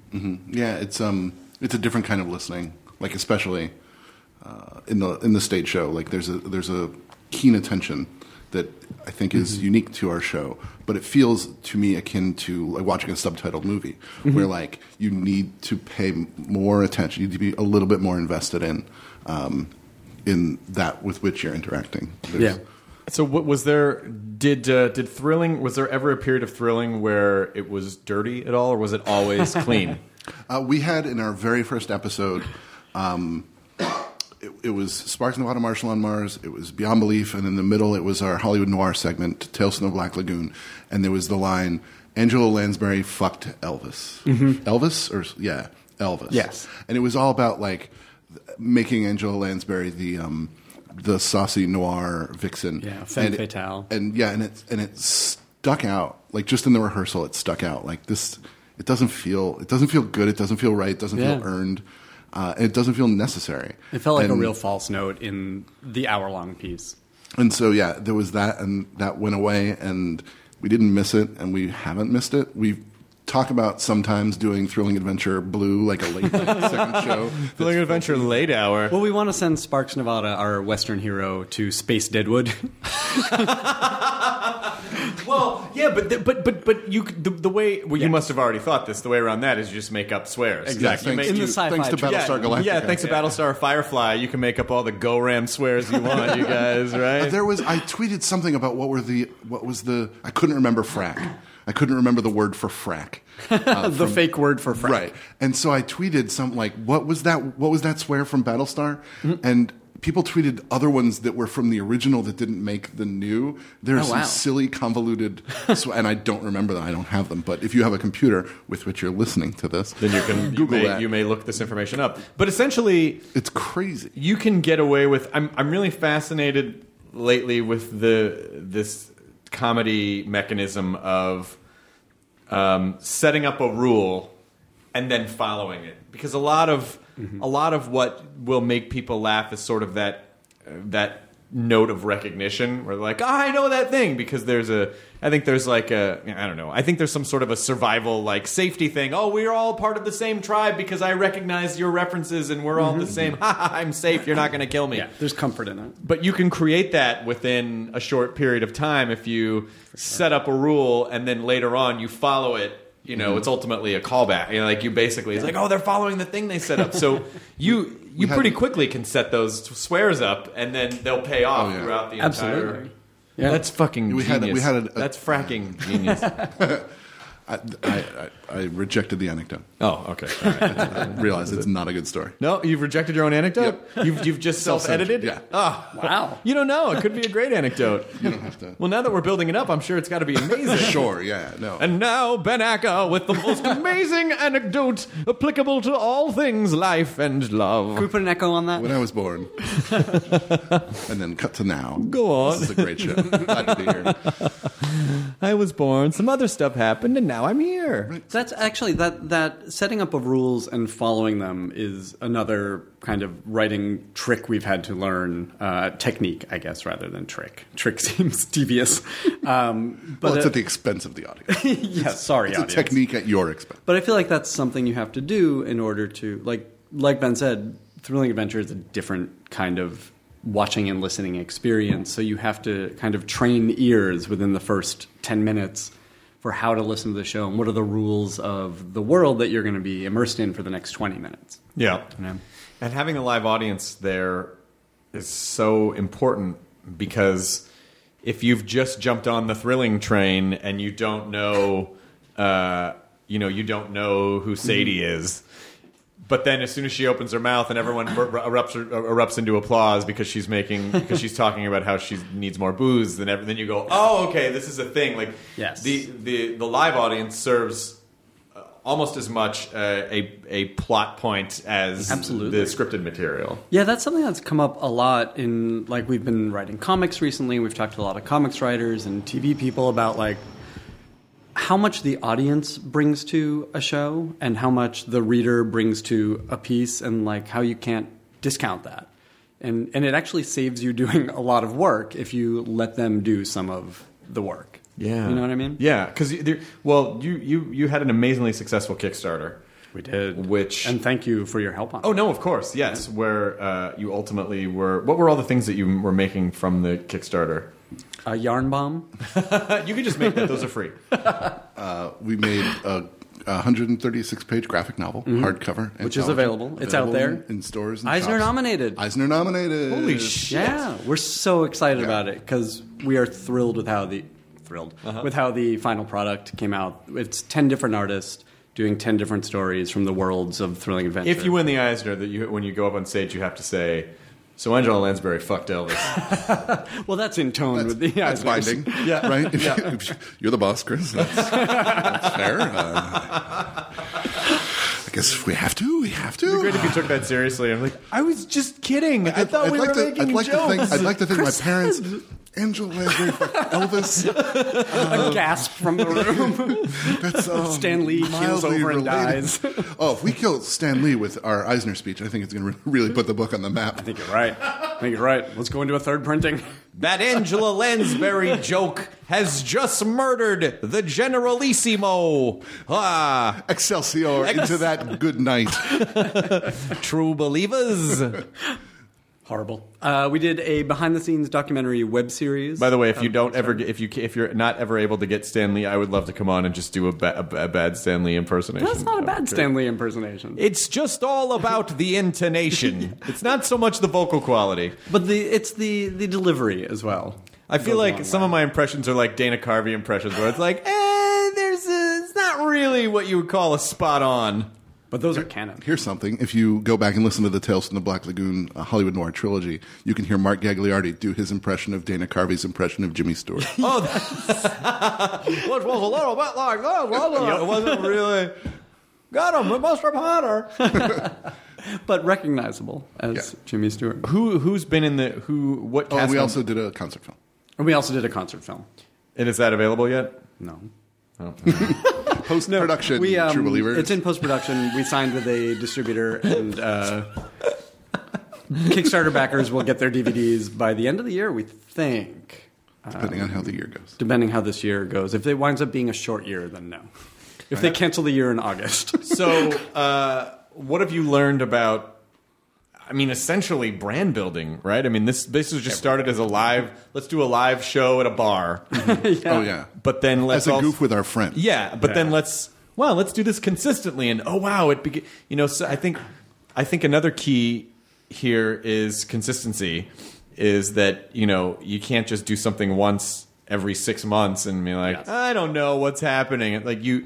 S7: Yeah, it's um, it's a different kind of listening. Like especially uh, in the in the stage show, like there's a there's a keen attention that I think is unique to our show. But it feels to me akin to like watching a subtitled movie, where like you need to pay m- more attention. You need to be a little bit more invested in um, in that with which you're interacting. There's-
S6: Yeah.
S2: So what was there? Did uh, did thrilling? Was there ever a period of thrilling where it was dirty at all, or was it always clean?
S7: Uh, we had in our very first episode, um, it, it was Sparks in the Water, Marshall on Mars. It was Beyond Belief, and in the middle, it was our Hollywood Noir segment, Tales from the Black Lagoon, and there was the line, "Angela Lansbury fucked Elvis." Elvis, or yeah, Elvis.
S6: Mm-hmm. Yes.
S7: and it was all about like th- making Angela Lansbury the. Um, the saucy noir vixen,
S6: Yeah, femme
S7: And it-
S6: fatale.
S7: and yeah, and it and it stuck out. Like just in the rehearsal, it stuck out. Like this, it doesn't feel it doesn't feel good. It doesn't feel right. It doesn't
S6: Yeah.
S7: feel earned. Uh, and it doesn't feel necessary.
S6: It felt like a
S7: And-
S6: real false note in the hour long piece.
S7: And so yeah, there was that, and that went away, and we didn't miss it, and we haven't missed it. We talk about sometimes doing thrilling adventure blue, like a late night second show.
S2: thrilling adventure late hour.
S6: Well, we want to send Sparks Nevada, our Western hero, to Space Deadwood.
S2: Well, yeah, but the, but but but you the, the way well, you must have already thought this. The way around that is you just make up swears.
S7: Exactly.
S2: You make-
S7: Thanks,
S6: In the
S7: to,
S6: sci-fi
S7: thanks to
S6: tree.
S2: yeah,
S7: Battlestar Galactica.
S2: yeah, thanks to Battlestar Firefly, you can make up all the go ram swears you want, you guys, right?
S7: There was I tweeted something about what were the what was the I couldn't remember frack. I couldn't remember the word for frack. Uh,
S6: the fake word for Frank.
S7: Right. And so I tweeted something like, "What was that? What was that swear from Battlestar?"
S6: Mm-hmm.
S7: And people tweeted other ones that were from the original that didn't make the new. There are
S6: Oh,
S7: some
S6: wow.
S7: silly, convoluted, sw- and I don't remember them. I don't have them. But if you have a computer with which you're listening to this,
S2: then you can you
S7: Google
S2: may,
S7: that.
S2: you may look this information up. But essentially,
S7: It's crazy.
S2: you can get away with I'm I'm really fascinated lately with the this comedy mechanism of um, setting up a rule and then following it because a lot of a lot of what will make people laugh is sort of that uh, that note of recognition where they're like "Ah, I know that thing because there's a I think there's like a I don't know I think there's some sort of a survival like safety thing oh we're all part of the same tribe because I recognize your references and we're all the same Ha, ha, I'm safe you're not going to kill me
S6: Yeah, there's comfort in it.
S2: but you can create that within a short period of time if you set up a rule and then later on you follow it you know
S7: Mm-hmm.
S2: it's ultimately a callback you know like you basically it's like oh they're following the thing they set up so you you
S7: had-
S2: pretty quickly can set those swears up and then they'll pay off
S7: Oh, yeah.
S2: throughout the entire
S6: Absolutely. Yeah.
S2: that's fucking
S7: We had-
S2: genius.
S7: we had a- a-
S2: that's fracking genius
S7: I, I, I, I rejected the anecdote.
S2: oh okay all right.
S7: I realized it's not a good story.
S2: no you've rejected your own anecdote you've you've just self-edited
S7: Self-censored, yeah.
S2: oh
S6: Wow.
S2: you don't know it could be a great anecdote
S7: You don't have to.
S2: well now that we're building it up i'm sure it's got to be amazing
S7: sure. Yeah. No.
S2: And now Ben Acker with the most amazing anecdote applicable to all things life and
S6: Can
S2: love.
S6: we put an echo on that?
S7: when I was born, and then cut to now.
S2: Go on.
S7: This is a great show. Glad to be here.
S2: I was born, some other stuff happened, and now I'm here.
S6: That that's actually that that setting up of rules and following them is another kind of writing trick we've had to learn uh, technique, I guess, rather than trick. Trick seems devious. Um, but
S7: well, it's
S6: uh,
S7: at the expense of the audience.
S6: yeah, sorry,
S7: It's a
S6: audience.
S7: technique at your expense.
S6: But I feel like that's something you have to do in order to like like Ben said, thrilling adventure is a different kind of watching and listening experience. So you have to kind of train ears within the first 10 minutes for how to listen to the show and what are the rules of the world that you're going to be immersed in for the next 20 minutes.
S2: Yeah.
S6: know?
S2: And having a live audience there is so important because if you've just jumped on the thrilling train and you don't know, uh, you know, you don't know who Sadie is. But then, as soon as she opens her mouth, and everyone er- er- erupts, er- erupts into applause because she's making because she's talking about how she needs more booze, then every, then you go, oh, okay, this is a thing. Like
S6: Yes.
S2: the the the live audience serves uh, almost as much uh, a a plot point as
S6: Absolutely.
S2: the scripted material.
S6: Yeah, that's something that's come up a lot in like we've been writing comics recently. We've talked to a lot of comics writers and TV people about like how much the audience brings to a show and how much the reader brings to a piece and like how you can't discount that. And and it actually saves you doing a lot of work if you let them do some of the work. You know what I mean?
S2: Yeah, because well, you you you had an amazingly successful Kickstarter.
S6: We did.
S2: Which
S6: And thank you for your help on.
S2: Oh no, of course, yes. Where uh, you ultimately were? What were all the things that you were making from the Kickstarter?
S6: A yarn bomb.
S2: Uh, you can just make that; those are free.
S7: We made a 136 page graphic novel, hardcover,
S6: Mm-hmm. Which is
S7: anthology,
S6: available. It's out there.
S7: in, in stores. And
S6: Eisner
S7: shops.
S6: nominated.
S7: Eisner nominated.
S2: Holy shit!
S6: Yeah, we're so excited about it because we are thrilled with how the thrilled with how the final product came out. It's ten different artists doing ten different stories from the worlds of thrilling adventure.
S2: If you win the Eisner, that you when you go up on stage, you have to say, "So Angela Lansbury fucked Elvis."
S6: well, that's in tone
S7: That's,
S6: with the
S7: that's
S6: Eisners.
S7: binding, yeah, right. If you- if you- You're the boss, Chris. That's, that's fair. Uh, I guess if we have to, we have to.
S2: Great if you took that seriously. I'm like, I was just kidding. I, thought we were making
S7: I'd like
S2: jokes.
S7: To think, I'd like to think my parents, Angela Lansbury, for Elvis.
S6: A gasp from the room.
S7: That's, um,
S6: Stan Lee keels
S7: mildly
S6: over and
S7: related.
S6: dies.
S7: Oh, if we kill Stan Lee with our Eisner speech, I think it's going to really put the book on the map.
S6: I think you're right. I think you're right. Let's go into a third printing.
S2: that Angela Lansbury joke has just murdered the Generalissimo. Ah,
S7: Excelsior into that good night.
S2: true believers.
S6: Horrible. Uh, we did a behind-the-scenes documentary web series.
S2: By the way, if you don't ever, get, if you ca- if you're not ever able to get Stanley, I would love to come on and just do a, ba- a, ba- a bad Stanley impersonation.
S6: that's not a bad
S2: Okay.
S6: Stanley impersonation.
S2: It's just all about the intonation. It's not so much the vocal quality.
S6: but the it's the the delivery as well.
S2: I feel like some of my impressions are like Dana Carvey impressions, where it's like, eh, there's a, it's not really what you would call a spot on.
S6: But those are canon.
S7: Here's something. If you go back and listen to the Tales from the Black Lagoon uh, Hollywood Noir trilogy, you can hear Mark Gagliardi do his impression of Dana Carvey's impression of Jimmy Stewart.
S2: Oh, what was a little bit like that, wasn't it? It wasn't really. Got him, Mr. Potter.
S6: but recognizable as
S7: Yeah.
S6: Jimmy Stewart.
S2: Who who's been in the who? What
S7: oh,
S2: cast?
S7: we
S2: mem-
S7: also did a concert film.
S6: And we also did a concert film.
S2: and is that available yet?
S6: No.
S7: Post production,
S6: we, um,
S7: True Believers.
S6: It's in post production. We signed with a distributor, and uh, Kickstarter backers will get their DVDs by the end of the year, we think,
S7: depending on how the year goes.
S6: depending how this year goes. If it winds up being a short year, then no. If they cancel the year in August,
S2: So, uh, what have you learned about? I mean, essentially brand building, right? I mean, this this was just started as a live. Let's do a live show at a bar,
S7: Oh, yeah.
S2: but then let's
S7: As a
S2: als-
S7: goof with our friend.
S2: yeah. But then let's well, let's do this consistently. And oh wow, it beca- you know. So I think I think another key here is consistency. Is that you know you can't just do something once every six months and be like
S6: Yes.
S2: I don't know what's happening. Like you,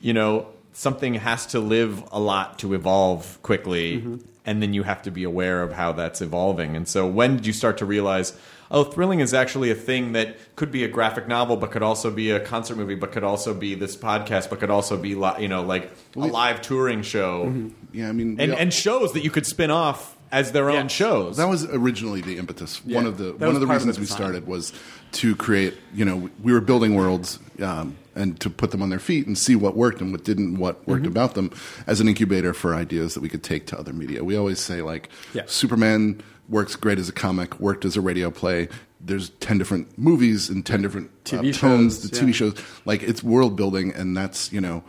S2: you know, something has to live a lot to evolve quickly, and then you have to be aware of how that's evolving. And so, when did you start to realize, oh, thrilling is actually a thing that could be a graphic novel, but could also be a concert movie, but could also be this podcast, but could also be, li- you know, like a live touring show,
S7: Yeah, I mean,
S2: and
S7: we-
S2: and shows that you could spin off as their own shows.
S7: That was originally the impetus. one of the
S6: that
S7: one
S6: was
S7: of the
S6: part of
S7: reasons
S6: the
S7: we
S6: design.
S7: started was to create. You know, we were building worlds, um, and to put them on their feet and see what worked and what didn't, what
S6: Mm-hmm.
S7: worked about them as an incubator for ideas that we could take to other media. We always say like
S6: Yeah.
S7: Superman works great as a comic, worked as a radio play. There's ten different movies and ten different uh,
S6: TV
S7: tones,
S6: shows,
S7: the
S6: yeah.
S7: TV shows. Like it's world building, and that's you know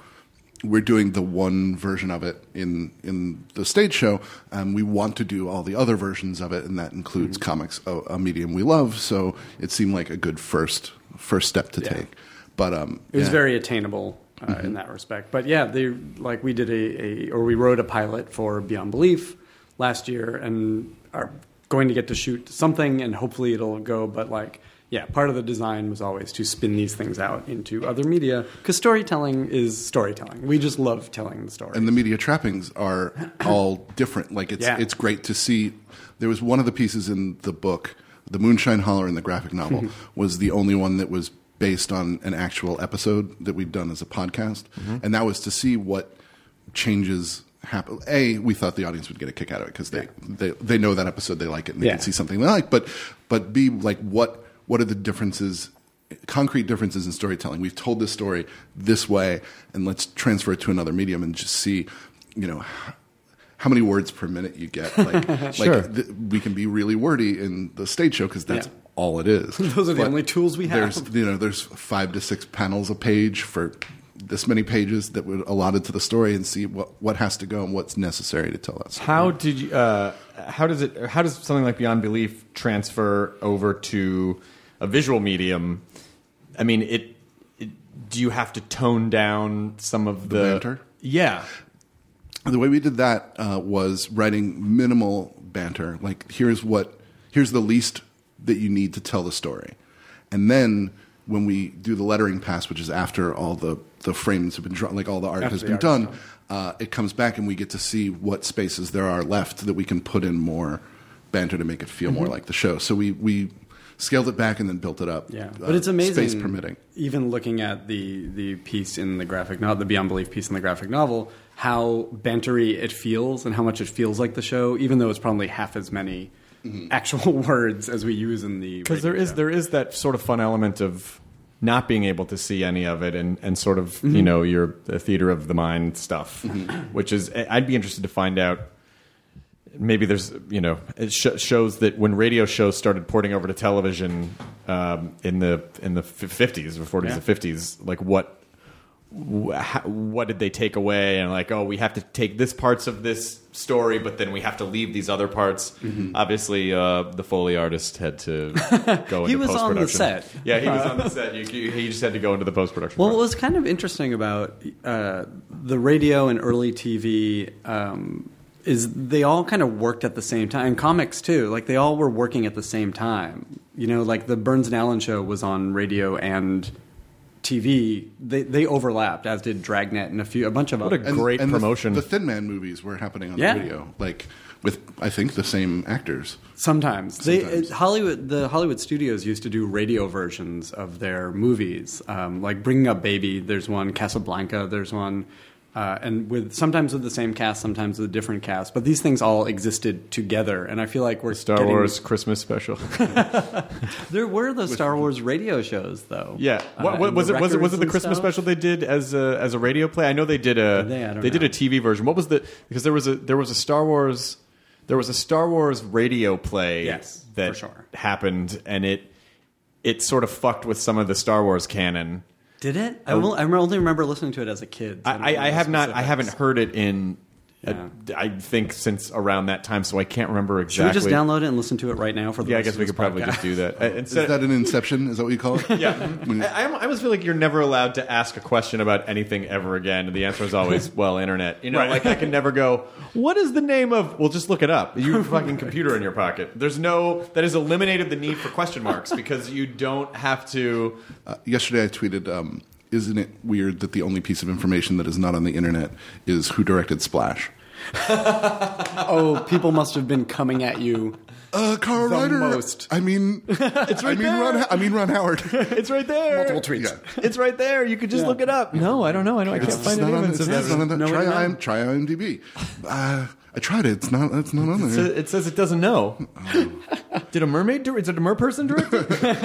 S7: we're doing the one version of it in in the stage show, and we want to do all the other versions of it, and that includes comics, a, a medium we love. So it seemed like a good first first step to take. But um,
S6: It was
S7: yeah. Mm-hmm.
S6: very attainable uh, in that respect. But yeah, they like we did a, a or we wrote a pilot for Beyond Belief last year and are going to get to shoot something and hopefully it'll go. But like, yeah, part of the design was always to spin these things out into other media because storytelling is storytelling. We just love telling the story.
S7: and the media trappings are all different. Like it's
S6: Yeah.
S7: it's great to see. There was one of the pieces in the book, the Moonshine Holler in the graphic novel, was the only one that was based on an actual episode that we've done as a podcast,
S6: Mm-hmm.
S7: and that was to see what changes happen. A, we thought the audience would get a kick out of it because they, they they know that episode, they like it, and they
S6: Yeah.
S7: can see something they like. But but B, like what what are the differences? Concrete differences in storytelling. We've told this story this way, and let's transfer it to another medium and just see, you know, h- how many words per minute you get. Like, like th- we can be really wordy in the stage show because that's
S6: Yeah.
S7: all it is.
S6: Those are the only tools we have.
S7: There's you know there's five to six panels a page for this many pages that were allotted to the story and see what what has to go and what's necessary to tell us.
S2: How did you? Uh, how does it? How does something like Beyond Belief transfer over to a visual medium? I mean, it. it do you have to tone down some of the,
S7: banter?
S2: Yeah,
S7: the way we did that uh, was writing minimal banter. Like here's what here's the least that you need to tell the story, and then when we do the lettering pass, which is after all the the frames have been drawn, like all the art has
S6: the
S7: been
S6: art's
S7: done,
S6: done.
S7: Uh, it comes back and we get to see what spaces there are left that we can put in more banter to make it feel
S6: Mm-hmm.
S7: more like the show. So we we scaled it back and then built it up.
S6: Yeah,
S7: uh,
S6: but it's amazing.
S7: space permitting.
S6: Even looking at the the piece in the graphic novel, the Beyond Belief piece in the graphic novel, how bantery it feels and how much it feels like the show, even though it's probably half as many
S7: Mm-hmm.
S6: actual words as we use in the
S2: because there
S6: radio
S2: is
S6: show.
S2: there is that sort of fun element of not being able to see any of it and, and sort of you know your the theater of the mind stuff which is I- i'd be interested to find out maybe there's you know it sh- shows that when radio shows started porting over to television um, in the in the f- 50s or 40s or 50s like what wh- how, what did they take away and like oh we have to take this parts of this story but then we have to leave these other parts
S6: Mm-hmm.
S2: obviously uh, the foley artist had to go
S6: He
S2: into
S6: was on the
S2: post-production
S6: set.
S2: yeah he was on the set you, you, he just had to go into the post-production
S6: Well,
S2: part.
S6: what was kind of interesting about uh, the radio and early TV um, is they all kind of worked at the same time, and comics too. Like they all were working at the same time. You know, like the Burns and Allen show was on radio and TV. They they overlapped, as did Dragnet and a few a bunch of other.
S2: a Great
S7: the-
S2: promotion.
S7: The, Thin Man movies were happening on
S6: Yeah.
S7: the video, like with I think the same actors.
S6: Sometimes, they
S7: Sometimes.
S6: uh, Hollywood the Hollywood studios used to do radio versions of their movies, um, like Bringing Up Baby. There's one Casablanca. There's one, uh, and with sometimes with the same cast, sometimes with a different cast. But these things all existed together, and I feel like we're
S2: star
S6: getting-
S2: wars christmas special
S6: There were the Star Wars radio shows, though.
S2: Yeah,
S6: Uh,
S2: what, what,
S6: and
S2: was
S6: the
S2: it was it was it
S6: records
S2: the
S6: and
S2: Christmas
S6: stuff.
S2: special they did as a as a radio play? I know they did a
S6: Did they? I don't
S2: did
S6: know.
S2: a TV version. What was the because there was a there was a Star Wars there was a Star Wars radio play
S6: Yes,
S2: that
S6: for sure.
S2: happened and it it sort of fucked with some of the Star Wars canon.
S6: Did it? I, will, I only remember listening to it as a kid. so don't
S2: I,
S6: know
S2: I, I
S6: the
S2: have not I
S6: specifics.
S2: haven't heard it in uh,
S6: Yeah.
S2: I think since around that time, so I can't remember
S6: Should
S2: exactly.
S6: we just download it and listen to it right now for the
S2: yeah, I
S6: rest
S2: guess
S6: of
S2: we
S6: this
S2: could probably
S6: podcast?
S2: just do that. Uh,
S7: Is
S2: Instead,
S7: that an Inception? Is that what you call it?
S2: Yeah. I, I almost feel like you're never allowed to ask a question about anything ever again. The answer is always, well, internet. You know, like I can never go, what is the name of? Well, just look it up. You have a fucking computer in your pocket. There's no, that has eliminated the need for question marks because you don't have to.
S7: Uh, yesterday I tweeted, um, "Isn't it weird that the only piece of information that is not on the internet is who directed Splash?"
S6: Oh, people must have been coming at you
S7: Uh, Carl
S6: The
S7: Ryder.
S6: most.
S7: I mean, it's I mean, Ron, I mean Ron Howard.
S2: It's right there.
S6: Multiple tweets.
S7: Yeah.
S2: It's right there. You could just look it up. No, I don't know. I don't. I can't
S7: It's,
S2: find
S7: not
S2: any
S7: on.
S2: evidence
S7: It's
S2: of
S7: not
S2: that.
S7: on the
S6: No,
S7: try,
S6: no.
S7: IM, try IMDb. Uh, I tried it. It's not. It's not on there.
S2: It says- It says it doesn't know.
S7: Oh.
S2: Did a mermaid? Dir- is it a merperson director?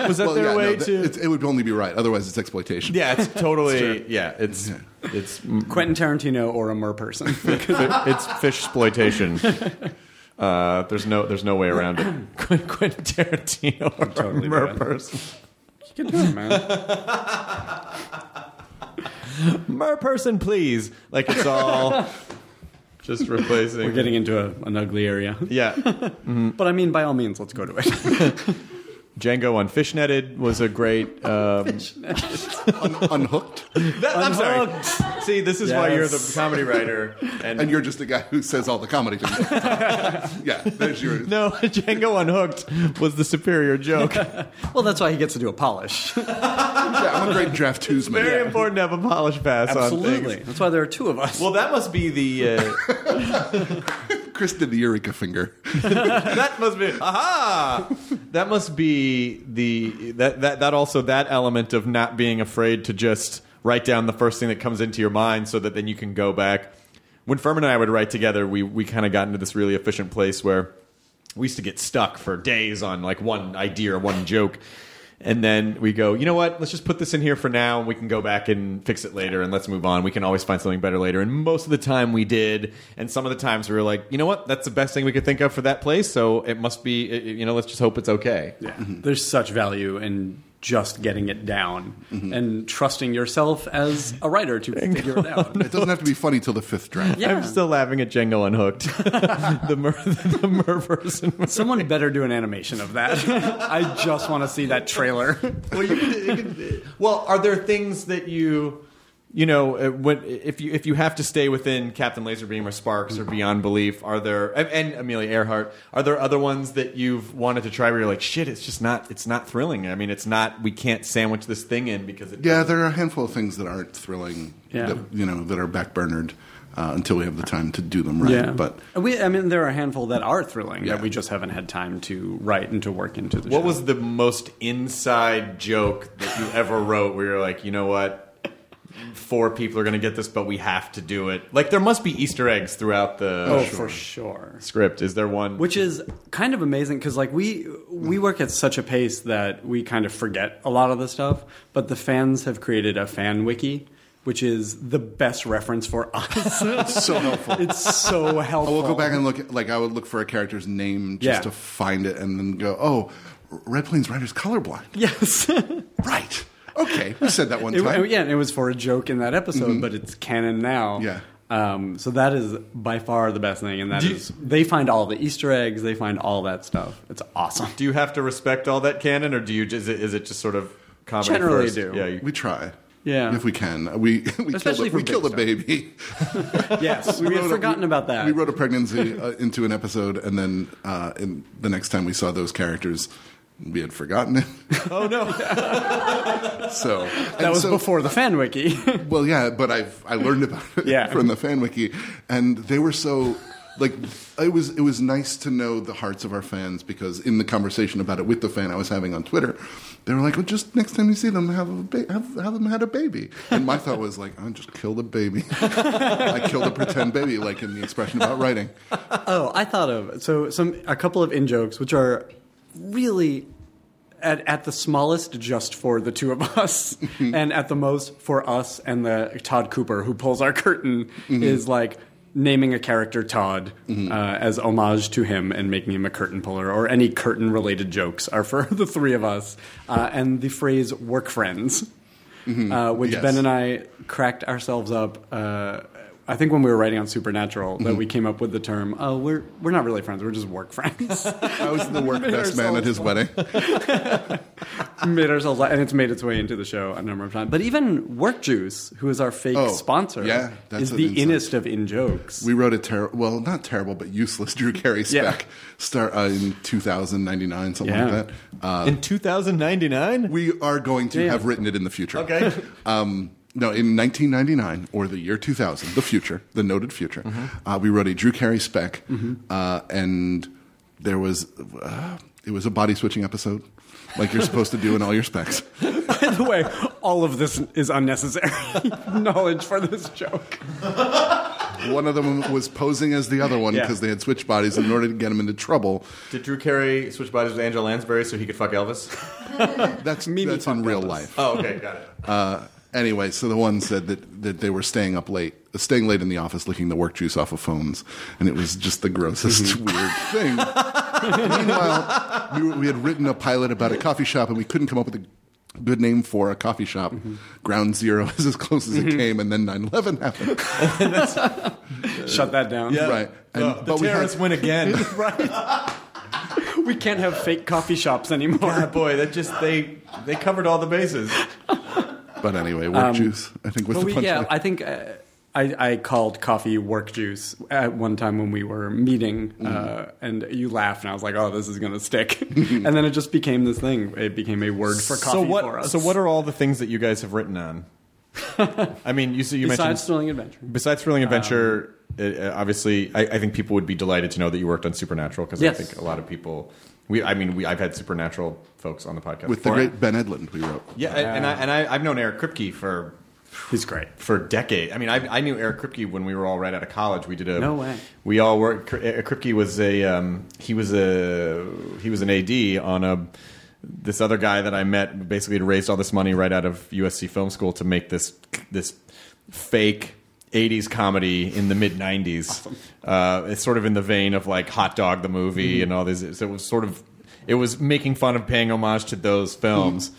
S2: Was that
S7: well,
S2: their
S7: yeah,
S2: way
S7: no, that-
S2: to?
S7: it's- it would only be right. Otherwise, it's exploitation.
S2: yeah, it's totally. yeah, it's it's
S6: Quentin Tarantino or a mer person.
S2: it's fish exploitation. Uh, there's no there's no way around it. Quentin Tarantino or
S6: totally bad.
S2: merperson.
S6: Good job, man.
S2: Merperson, please. Like it's all just replacing.
S6: We're getting into a, an ugly area.
S2: yeah.
S6: But I mean, by all means, let's go to it.
S2: Django on Fishnetted was a great. Um,
S7: Un- unhooked,
S2: that- I'm sorry. See, this is why you're the
S6: Yes.
S2: comedy writer, and,
S7: and you're just a guy who says all the comedy things. yeah, there's your.
S2: no, Django Unhooked was the superior joke.
S6: well, that's why he gets to do a polish.
S7: Yeah, I'm a great draft twos man.
S2: Very important to have a polish pass on
S6: Absolutely.
S2: things.
S6: That's why there are two of us.
S2: Well, that must be the uh,
S7: Chris did the Eureka finger.
S2: that must be aha. That must be the that that that also that element of not being afraid to just write down the first thing that comes into your mind, so that then you can go back. When Furman and I would write together, we we kind of got into this really efficient place where we used to get stuck for days on like one idea or one joke. And then we go, you know what? Let's just put this in here for now and we can go back and fix it later and let's move on. We can always find something better later. And most of the time we did. And some of the times we were like, you know what? That's the best thing we could think of for that place. So it must be, it- it- you know, let's just hope it's okay.
S6: Yeah. There's such value in just getting it down and trusting yourself as a writer to figure it out.
S7: It doesn't have to be funny till the fifth draft.
S6: Oh, Yeah.
S2: I'm still laughing at Django Unhooked. the mer, the mer person.
S6: Someone better do an animation of that. I just want to see that trailer.
S2: well, you could, you could, well, are there things that you, you know, uh, when, if you if you have to stay within Captain Laserbeam or Sparks or Beyond Belief, are there and, and Amelia Earhart? Are there other ones that you've wanted to try where you're like, shit, it's just not, it's not thrilling. I mean, it's not. We can't sandwich this thing in because it
S7: Yeah, there are a handful of things that aren't thrilling.
S6: Yeah.
S7: That, you know, that are backburnered uh, until we have the time to do them right. But
S6: we, I mean, there are a handful that are thrilling
S7: Yeah.
S6: that we just haven't had time to write and to work into the
S2: What
S6: show.
S2: was the most inside joke that you ever wrote where you're like, you know what? Four people are going to get this, but we have to do it. Like, there must be Easter eggs throughout the
S6: Oh, for sure.
S2: script. Is there one?
S6: Which is kind of amazing because like we we work at such a pace that we kind of forget a lot of the stuff. But the fans have created a fan wiki, which is the best reference for us.
S7: so helpful.
S6: it's so helpful.
S7: I will go back and look. at- Like I would look for a character's name just
S6: Yeah.
S7: to find it, and then go, "Oh, Red Plains Rider's colorblind."
S6: Yes.
S7: Right. Okay, we said that one
S6: It-
S7: time.
S6: yeah, and it was for a joke in that episode, but it's canon now.
S7: Yeah.
S6: Um, so that is by far the best thing, and that is they find all the Easter eggs, they find all that stuff. It's awesome.
S2: Do you have to respect all that canon, or do you? Is it, is it just sort of comedy?
S6: Generally
S2: first?
S6: do.
S2: Yeah, you,
S7: We try.
S6: Yeah.
S7: If we can, we we killed
S6: Especially
S7: a,
S6: for
S7: we
S6: big
S7: killed a
S6: stuff.
S7: baby.
S6: Yes, we,
S7: wrote
S6: had
S7: a-
S6: forgotten
S7: we-
S6: about that.
S7: We wrote a pregnancy uh, into an episode, and then uh, in the next time we saw those characters, we had forgotten it.
S2: oh no!
S7: So
S6: that was before the fan wiki.
S7: Well, yeah, but I've I learned about it
S6: Yeah.
S7: from the fan wiki, and they were so like it was it was nice to know the hearts of our fans because in the conversation about it with the fan I was having on Twitter, they were like, "Well, just next time you see them, have a ba- have, have them had a baby." And my thought was like, "I just killed a baby. I killed a pretend baby, like in the expression about writing."
S6: Oh, I thought of so some a couple of in jokes which are really at at the smallest just for the two of us, and at the most for us and the Todd Cooper who pulls our curtain is like naming a character Todd uh, as homage to him and making him a curtain puller or any curtain related jokes are for the three of us, uh, and the phrase "work friends." uh, which
S7: Yes.
S6: Ben and I cracked ourselves up. Uh, I think when we were writing on Supernatural, that we came up with the term. Oh, we're we're not really friends. We're just work friends.
S7: I was the work best man at his wedding.
S6: made ourselves, and it's made its way into the show a number of times. But even Work Juice, who is our fake
S7: Oh,
S6: sponsor,
S7: yeah, that's
S6: is
S7: an
S6: the
S7: insight.
S6: innest of in jokes.
S7: We wrote a terrible, well, not terrible, but useless Drew Carey
S6: Yeah.
S7: spec start uh, in 2099, something
S6: Yeah.
S7: like that. Uh,
S2: In 2099,
S7: We are going to have written it in the future.
S2: Okay.
S7: Um, no, in 1999 or the year 2000, the future, the noted future, uh, we wrote a Drew Carey spec, uh, and there was uh, it was a body switching episode, like you're supposed to do in all your specs.
S6: By the way, all of this is unnecessary knowledge for this joke.
S7: One of them was posing as the other one
S2: Yeah.
S7: because they had switched bodies in order to get him into trouble.
S2: Did Drew Carey switch bodies with Angela Lansbury so he could fuck Elvis?
S7: That's
S6: Mimi
S7: that's in
S6: fucked
S7: real
S6: Elvis.
S7: life.
S2: Oh, okay, got it.
S7: Uh, anyway, so the one said that, that they were staying up late, staying late in the office, licking the work juice off of phones, and it was just the grossest weird thing. Meanwhile, we, were, we had written a pilot about a coffee shop, and we couldn't come up with a good name for a coffee shop.
S6: Mm-hmm.
S7: Ground Zero is as close as it came, and then 9/11 happened.
S6: Shut that down.
S7: Right. And,
S2: The, the
S7: we had-
S2: terrorists win again.
S6: We can't have fake coffee shops anymore.
S2: Ah, boy, that just they they covered all the bases.
S7: But anyway, work juice. I think was
S6: But Um,
S7: the
S6: we,
S7: punchline.
S6: yeah, I think uh, I, I called coffee work juice at one time when we were meeting,
S7: Mm-hmm.
S6: uh, and you laughed, and I was like, "Oh, this is gonna stick."
S7: Mm-hmm.
S6: and then it just became this thing. It became a word for coffee
S2: so what?
S6: for us.
S2: So what are all the things that you guys have written on? I mean, you so you mentioned
S6: besides Thrilling Um, Adventure?
S2: besides thrilling adventure. it, uh, obviously, I, I think people would be delighted to know that you worked on Supernatural because
S6: Yes.
S2: I think a lot of people. We, I mean, we, I've had Supernatural folks on the podcast
S7: with the
S2: before.
S7: great Ben Edlund, we wrote.
S2: Yeah, and- and I and I, I've known Eric Kripke for
S6: He's great.
S2: for decades. I mean, I, I knew Eric Kripke when we were all right out of college. We did a
S6: No way.
S2: We all worked. Kri- Eric Kripke was a um, he was a he was an AD on a this other guy that I met basically had raised all this money right out of USC Film School to make this this fake. 80s comedy in the mid 90s. Uh, it's sort of in the vein of like Hot Dog the movie
S6: Mm-hmm.
S2: and all this. So it was sort of it was making fun of paying homage to those films.
S6: Mm-hmm.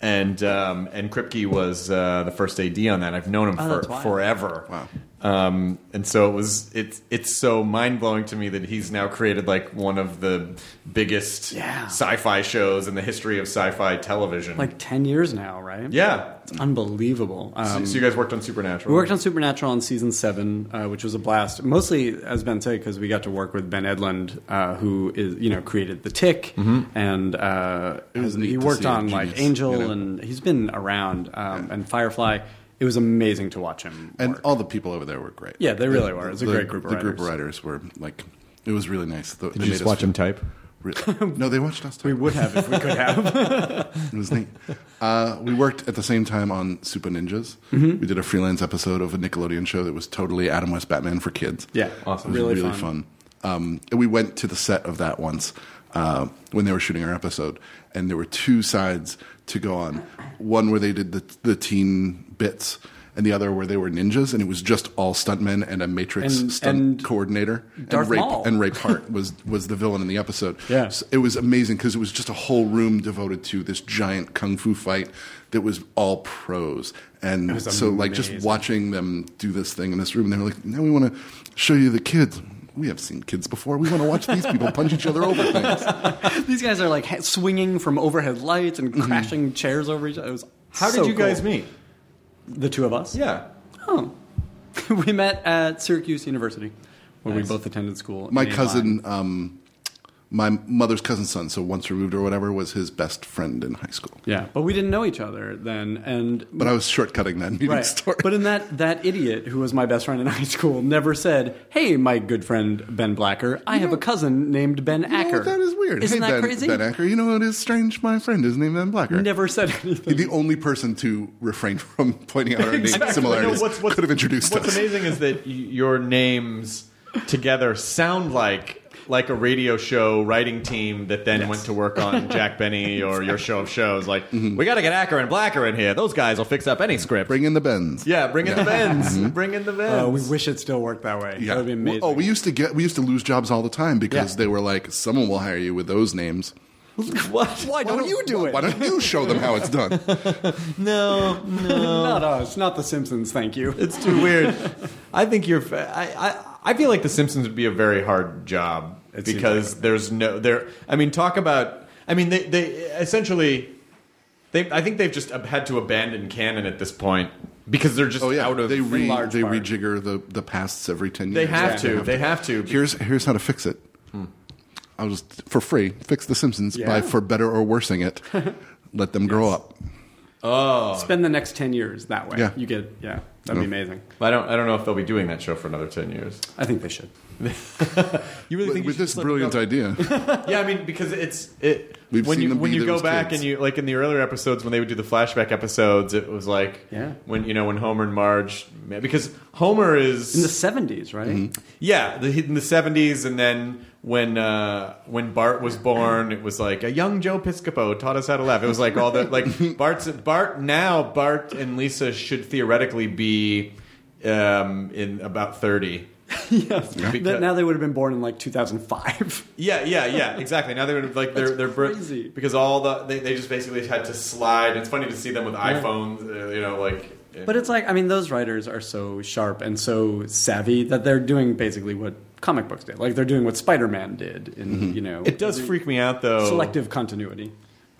S2: And um, and Kripke was uh, the first AD on that. I've known him
S6: Oh,
S2: for,
S6: that's wild.
S2: forever.
S7: Wow.
S2: Um, and so it was. It's it's so mind blowing to me that he's now created like one of the biggest
S6: Yeah.
S2: sci-fi shows in the history of sci-fi television.
S6: Like ten years now, right?
S2: yeah.
S6: it's unbelievable.
S2: So-
S6: Um,
S2: so you guys worked on Supernatural.
S6: we worked on Supernatural on season seven, uh, which was a blast. Mostly, as Ben said, because we got to work with Ben Edlund, uh, who is you know created The Tick, and uh,
S7: Mm-hmm. was neat
S6: he
S7: to see
S6: worked
S7: a
S6: on like
S7: genius,
S6: Angel,
S7: you know?
S6: and he's been around um, and Firefly. It was amazing to watch him.
S7: And
S6: work.
S7: all the people over there were great.
S6: Yeah, they really
S7: The-
S6: were. It was a
S7: the,
S6: great group of
S7: The group of
S6: writers.
S7: writers were like, it was really nice. The,
S2: Did you just watch him type?
S7: no, they watched us.
S6: we would have if we could have.
S7: It was neat. Uh, we worked at the same time on Super Ninjas.
S6: Mm-hmm.
S7: We did a freelance episode of a Nickelodeon show that was totally Adam West Batman for kids.
S6: Yeah, awesome.
S7: It was really,
S6: Really
S7: fun.
S6: fun.
S7: Um, and we went to the set of that once uh, when they were shooting our episode, and there were two sides to go on. One where they did the, the teen bits, and the other where they were ninjas, and it was just all stuntmen and a Matrix
S6: And-
S7: stunt
S6: and
S7: coordinator.
S6: Darth
S7: and Ray,
S6: Maul.
S7: and Ray Park was was the villain in the episode.
S6: Yeah.
S7: So it was amazing because it was just a whole room devoted to this giant kung fu fight that was all pros. And so, like, just watching them do this thing in this room, they were like, now we want to show you the kids. We have seen kids before. We want to watch these people punch each other over things.
S6: These guys are like ha- swinging from overhead lights and crashing chairs over each other. It was
S2: How did
S6: so
S2: you guys
S6: cool.
S2: meet?
S6: The two of us.
S2: Yeah.
S6: Oh. we met at Syracuse University, where we both attended school.
S7: My
S6: in Avon.
S7: cousin, um, my mother's cousin's son, so once removed or whatever, was his best friend in high school.
S6: Yeah, but we didn't know each other then, and
S7: But I was shortcutting that meeting
S6: right.
S7: story.
S6: But in that that idiot who was my best friend in high school never said, "Hey, my good friend Ben Blacker, I have a cousin named Ben
S7: You know
S6: Acker."
S7: what? that is weird.
S6: Isn't
S7: hey,
S6: that
S7: ben,
S6: crazy?
S7: Ben Acker, you know what is strange? My friend is named Ben Blacker.
S6: Never said anything.
S7: the only person to refrain from pointing out our
S2: Exactly.
S7: name similarities
S2: No, what's- what's-
S7: could have introduced
S2: What's
S7: us.
S2: amazing is that y- your names together sound like like a radio show writing team that then went to work on Jack Benny or your show of shows. Like we got to get Acker and Blacker in here. Those guys will fix up any script.
S7: Mm-hmm. Bring in Mm-hmm. the Benz.
S2: yeah, bring in the Benz. Bring in the Benz.
S6: Uh, we wish it still worked that way. That would be amazing.
S7: Oh, we used to get we used to lose jobs all the time because
S6: Yeah.
S7: they were like, someone will hire you with those names.
S6: what? Why don't, you do
S7: why,
S6: it?
S7: Why don't you show them how it's done?
S2: no,
S6: not us. Not the Simpsons. Thank you.
S2: it's too weird. I think you're. fa- I, I I feel like The Simpsons would be a very hard job
S6: It seems
S2: because there's no there. I mean, talk about. I mean, they they essentially. They I think they've just ab- had to abandon canon at this point because they're just
S7: Oh yeah,
S2: out of
S7: they re,
S2: large
S7: they
S2: part.
S7: rejigger the the pasts every ten
S2: They
S7: years.
S2: have to. They have to. Hmm.
S7: Here's here's how to fix it. I'll just for free fix the Simpsons by
S6: Yeah.
S7: for better or worsing it. Let them grow up.
S6: Spend the next ten years that way.
S7: Yeah.
S6: You get yeah. That'd be amazing.
S2: I don't. I don't know if they'll be doing that show for another ten years.
S6: I think they should.
S2: You really
S7: With,
S2: think
S7: with this brilliant idea,
S2: Yeah, I mean because it's it.
S7: We've
S2: when
S7: seen
S2: you
S7: them
S2: when
S7: be
S2: you go
S7: those
S2: back
S7: kids.
S2: and you like in the earlier episodes when they would do the flashback episodes, it was like
S6: Yeah.
S2: when you know when Homer and Marge because Homer is
S6: In the 70s, right?
S7: Mm-hmm.
S2: Yeah, the, in the seventies, and then when uh, when Bart was born, it was like a young Joe Piscopo taught us how to laugh. It was like all the like Bart's Bart now Bart and Lisa should theoretically be um, in about thirty.
S6: That- now they would have been born in like 2005.
S2: Yeah, yeah, yeah, exactly. Now they're like they're
S6: That's
S2: they're br-
S6: crazy.
S2: because all the they, they just basically had to slide. It's funny to see them with iPhones, uh, you know, like.
S6: But it's like, I mean, those writers are so sharp and so savvy that they're doing basically what comic books did. Like they're doing what Spider-Man did in, you know,
S2: Mm-hmm. it does freak me out though.
S6: selective continuity.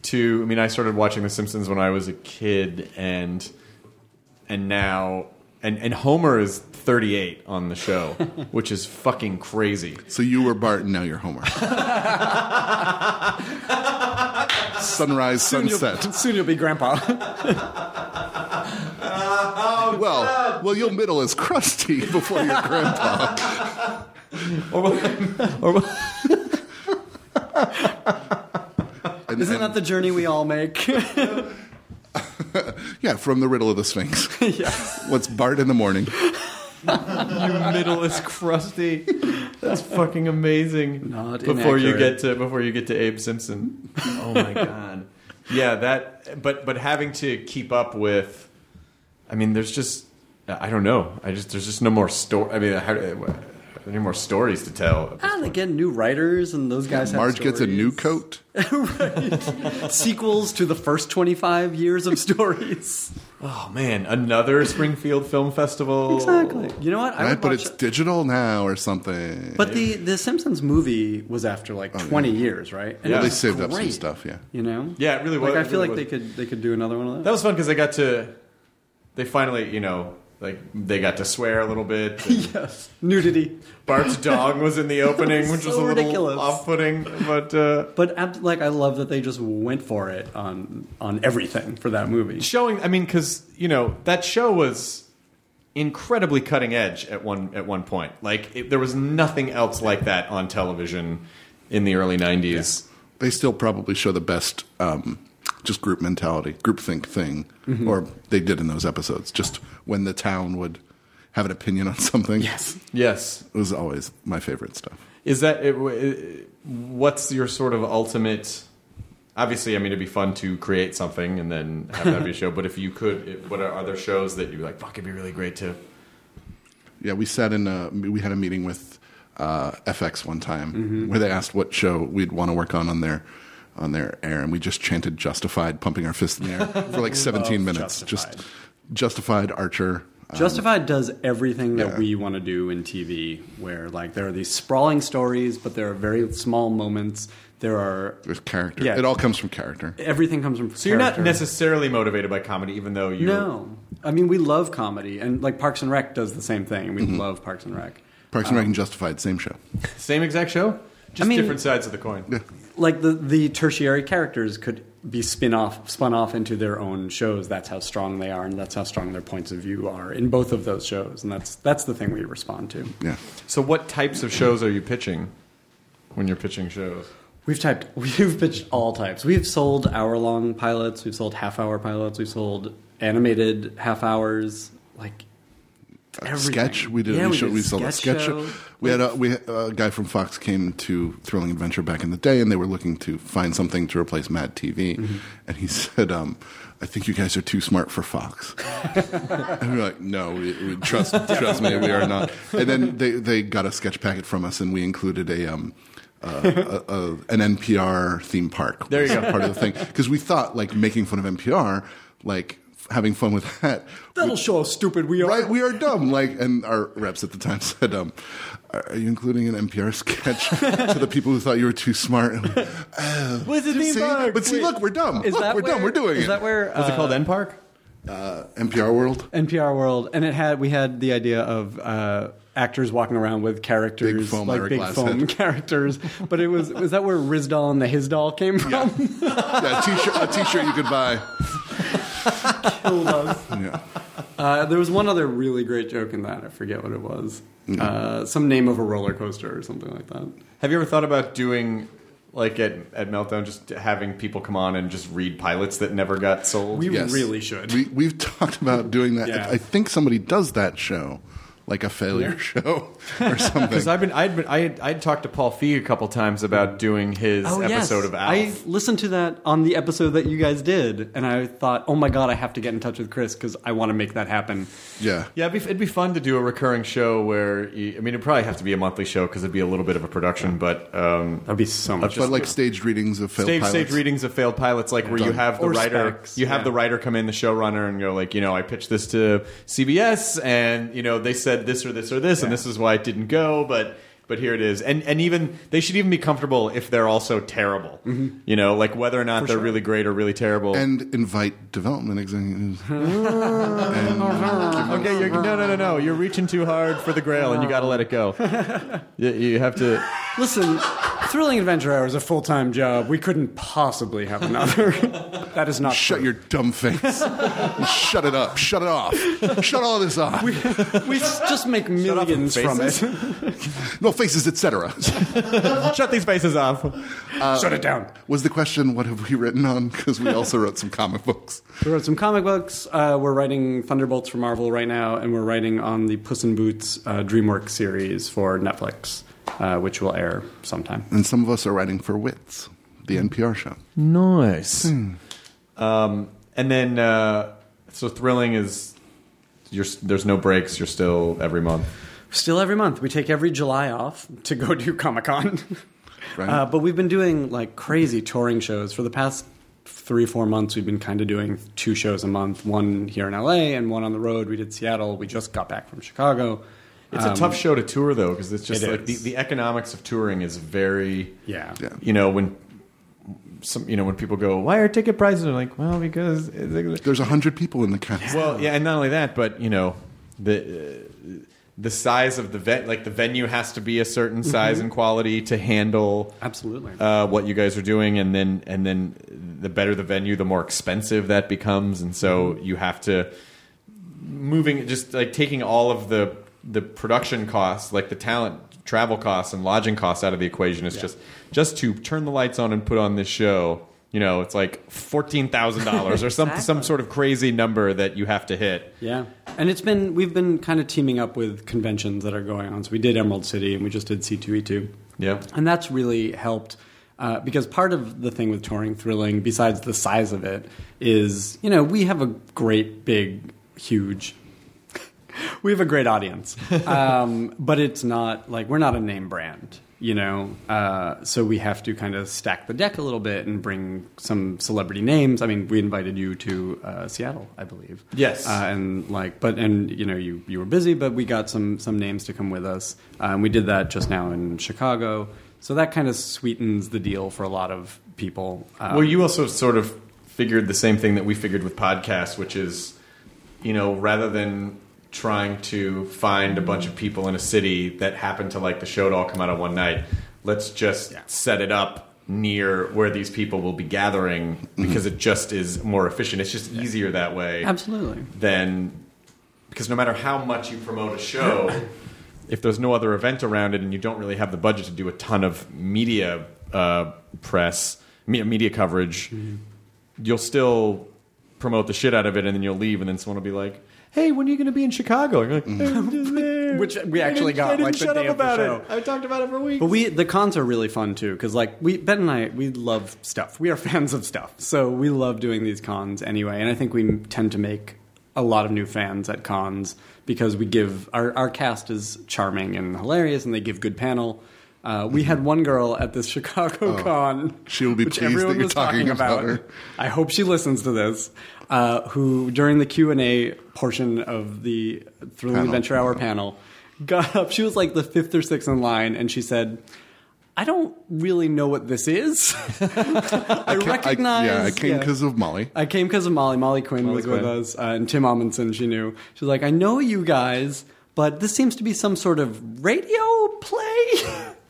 S2: to I mean I started watching The Simpsons when I was a kid and and now and and Homer is 38 on the show, which is fucking crazy.
S7: so you were Bart, and now you're Homer. Sunrise, sunset.
S6: Soon you'll be grandpa.
S7: Well, well, you'll middle as crusty before your grandpa. And-
S6: Isn't
S7: and-
S6: that the journey we all make?
S7: yeah? From the riddle of the Sphinx. What's Bart in the morning?
S2: Middle is crusty. That's fucking amazing.
S6: Not
S2: before you
S6: inaccurate.
S2: get to before you get to Abe Simpson. Oh my god. Yeah, that but but having to keep up with I mean there's just I don't know. I just there's just no more story I mean how, oh, any more stories to tell.
S6: and again, new writers and those guys. have
S7: Marge gets a new
S6: stories.
S7: coat.
S6: Sequels to the first 25 years of stories.
S2: Oh man, another Springfield Film Festival.
S6: You know what? I
S7: Right,
S6: would
S7: but
S6: watch
S7: it's digital now or something.
S6: But the the Simpsons movie was after like 20 years, right? And
S7: Well,
S6: it
S7: they
S6: was
S7: saved up some
S6: great,
S7: stuff. Yeah.
S6: You know?
S2: Yeah, it really
S6: Like
S2: was-
S6: I
S2: it
S6: feel
S2: really
S6: like they
S2: was.
S6: could they could do another one of
S2: That
S6: those.
S2: was fun because they got to, they finally, you know, like they got to swear a little bit.
S6: yes. Nudity.
S2: Bart's dog was in the opening, which
S6: so
S2: was a little
S6: ridiculous.
S2: off-putting, but uh,
S6: But ab- like I love that they just went for it on on everything for that movie.
S2: showing. I mean, because you know that show was incredibly cutting edge at one at one point. Like it, there was nothing else like that on television in the early '90s.
S7: They still probably show the best um, just group mentality, groupthink thing,
S6: Mm-hmm.
S7: or they did in those episodes. Just when the town would have an opinion on something. Yes.
S2: Yes,
S7: It was always my favorite stuff.
S2: Is that it, it, what's your sort of ultimate? Obviously, I mean, it'd be fun to create something and then have that be a show. But if you could, it, what are other shows that you're like, fuck, it'd be really great to?
S7: Yeah, we sat in a, we had a meeting with uh, FX one time where they asked what show we'd want to work on on their on their air, and we just chanted "Justified," pumping our fist in the air for like 17 minutes. Just Justified, Archer. uh,
S6: Justified does everything that
S7: yeah.
S6: we want to do in TV where like there are these sprawling stories but there are very small moments. There are
S7: there's character.
S6: Yeah.
S7: It all comes from character.
S6: everything comes from
S2: So you're not
S6: character.
S2: necessarily motivated by comedy, even though you.
S6: No. I mean, we love comedy, and like Parks and Rec does the same thing, and we
S2: Mm-hmm.
S6: love Parks and Rec.
S7: Parks and Rec and Justified, same show.
S2: Same exact show, just
S6: mean-
S2: different sides of the coin.
S6: Like the the tertiary characters could be spin off spun off into their own shows. That's how strong they are, and that's how strong their points of view are in both of those shows. And that's that's the thing we respond to.
S7: Yeah.
S2: So, what types of shows are you pitching when you're pitching shows?
S6: We've typed we've pitched all types. We've sold hour long pilots. We've sold half hour pilots. We've sold animated half hours. Like
S7: A
S6: everything.
S7: sketch. We did.
S6: Yeah,
S7: we
S6: we
S7: showed-
S6: did
S7: we sold a sketch show. We had a, we a guy from Fox came to Thrilling Adventure back in the day, and they were looking to find something to replace Mad TV, and he said, um, "I think you guys are too smart for Fox." and we were like, "No, we, we, trust trust me, we are not." And then they they got a sketch packet from us, and we included a. Um, uh, a, a, an NPR theme park. There
S2: you go.
S7: Part of the thing because we thought like making fun of NPR, like f- having fun with that
S6: That'll show how stupid we are.
S7: Right, we are dumb. Like, and our reps at the time said, um, "Are are you including an NPR sketch to the people who thought you were too smart?" And we,
S6: What's the
S7: see, but see, look, we're dumb.
S6: Is
S7: look,
S6: that
S7: we're
S6: where,
S7: dumb. We're doing
S6: is
S7: it.
S6: that where
S2: What's
S6: uh,
S2: it called? N Park.
S7: NPR World,
S6: NPR World? And it had we had the idea of uh, actors walking around with characters
S7: Big foam
S6: like
S7: Ira
S6: big
S7: Glass
S6: foam
S7: head.
S6: characters. But it was was that where Rizdal and the Hisdal came from?
S7: yeah, a t-shirt, a t-shirt you could buy.
S6: Killed us.
S7: Yeah.
S6: Uh, there was one other really great joke in that. I forget what it was. Uh, some name of a roller coaster or something like that.
S2: Have you ever thought about doing like at, at Meltdown, just having people come on and just read pilots that never got sold?
S6: We
S7: Yes.
S6: really should.
S7: We, we've talked about doing that.
S6: Yeah.
S7: I think somebody does that show, like a failure show or
S2: Because
S7: something.
S2: I've been, I'd been, I had, I'd talked to Paul Feig a couple times about doing his episode of Alf.
S6: Oh, I listened to that on the episode that you guys did, and I thought, oh my god, I have to get in touch with Chris because I want to make that happen.
S7: yeah.
S2: yeah, it'd be, it'd be fun to do a recurring show where you, I mean, it'd probably have to be a monthly show because it'd be a little bit of a production, but um,
S6: That'd be so much.
S7: But like staged readings of failed
S2: stage
S7: pilots.
S2: stage readings of failed pilots, like where you
S7: Done.
S2: have the
S6: Or
S2: writer,
S6: specs,
S2: you have
S6: yeah.
S2: the writer come in, the showrunner, and go like, you know, I pitched this to CBS, and you know, they said this or this or this, and this is why it didn't go, but. But here it is, and and even they should even be comfortable if they're also terrible,
S6: Mm-hmm.
S2: you know, like whether or not they're really great or really terrible.
S7: And invite development executives.
S2: Okay, you're, no, no, no, no. You're reaching too hard for the grail, and you got to let it go. You, you have to.
S6: Listen, Thrilling Adventure Hour is a full time job. We couldn't possibly have another. that is not.
S7: Shut
S6: true.
S7: your dumb face. Shut it up. Shut it off. Shut all this off.
S6: We s- just make millions from it.
S7: no faces, etc.
S2: Shut these faces off.
S6: Shut it down.
S7: Was the question what have we written on? Because we also wrote some comic books.
S6: We wrote some comic books. Uh, we're writing Thunderbolts for Marvel right now, and we're writing on the Puss in Boots uh, DreamWorks series for Netflix, uh, which will air sometime.
S7: And some of us are writing for Wits, the NPR show.
S2: Nice. Um, and then, uh, so thrilling is. You're, there's no breaks. You're still every month.
S6: Still every month. We take every July off to go do Comic Con.
S7: Right.
S6: Uh, but we've been doing like crazy touring shows. For the past three, four months, we've been kind of doing two shows a month one here in LA and one on the road. We did Seattle. We just got back from Chicago.
S2: It's a tough show to tour though, because it's just
S6: Um, it
S2: like the,
S6: is.
S2: the economics of touring is very.
S6: Yeah.
S7: Yeah.
S2: You know when. Some you know when people go, why are ticket prices? I'm like, well, because it's-
S7: There's a hundred people in the cast.
S2: Well, yeah, and not only that, but you know the uh, the size of the vet, like the venue has to be a certain size and quality to handle
S6: Absolutely.
S2: uh, what you guys are doing, and then and then the better the venue, the more expensive that becomes, and so you have to moving just like taking all of the the production costs, like the talent travel costs and lodging costs out of the equation. It's just just to turn the lights on and put on this show. You know, it's like fourteen thousand dollars or some some sort of crazy number that you have to hit.
S6: Yeah, and it's been we've been kind of teaming up with conventions that are going on. So we did Emerald City, and we just did C two E two.
S2: Yeah.
S6: and that's really helped uh, because part of the thing with touring thrilling, besides the size of it, is you know we have a great big huge. We have a great audience, um, but it's not like we're not a name brand, you know. Uh, so we have to kind of stack the deck a little bit and bring some celebrity names. I mean, we invited you to uh, Seattle, I believe.
S2: Yes.
S6: Uh, and like but and you know you you were busy but we got some some names to come with us um, we did that just now in chicago so that kind of sweetens the deal for a lot of people uh,
S2: well, you also sort of figured the same thing that we figured with podcasts, which is, you know, rather than trying to find a bunch of people in a city that happen to like the show to all come out on one night, let's just
S6: Yeah.
S2: set it up near where these people will be gathering because it just is more efficient. It's just easier that way.
S6: absolutely
S2: Than because no matter how much you promote a show, if there's no other event around it and you don't really have the budget to do a ton of media uh, press, me- media coverage,
S7: Mm-hmm.
S2: you'll still promote the shit out of it and then you'll leave and then someone will be like, "Hey, when are you going to be in Chicago?" And you're
S7: Mm-hmm.
S2: like, "I was just there.
S6: Which we
S2: I
S6: actually
S2: didn't-
S6: got,
S2: I didn't
S6: like, the
S2: shut
S6: day
S2: up
S6: of the
S2: about
S6: show.
S2: it. I talked about it for weeks.
S6: but we the cons are really fun too because like we ben and i we love stuff we are fans of stuff so we love doing these cons anyway and i think we tend to make a lot of new fans at cons because we give our, our cast is charming and hilarious and they give good panel uh, we had one girl at this Chicago con.
S7: She will Oh. be
S6: which
S7: pleased
S6: everyone
S7: that you're
S6: was
S7: talking about her.
S6: I hope she listens to this. Uh, who during the Q and A portion of the Thrilling
S7: Panel.
S6: Adventure Hour panel got up. She was like the fifth or sixth in line, and she said, "I don't really know what this is. I,
S7: Ca-
S6: recognize.
S7: yeah, I came because of Molly.
S6: I came 'cause of Molly. Molly Quinn was
S2: Quinn.
S6: with us, uh, and Tim Amundsen. She knew. She's like, I know you guys. but this seems to be some sort of radio play.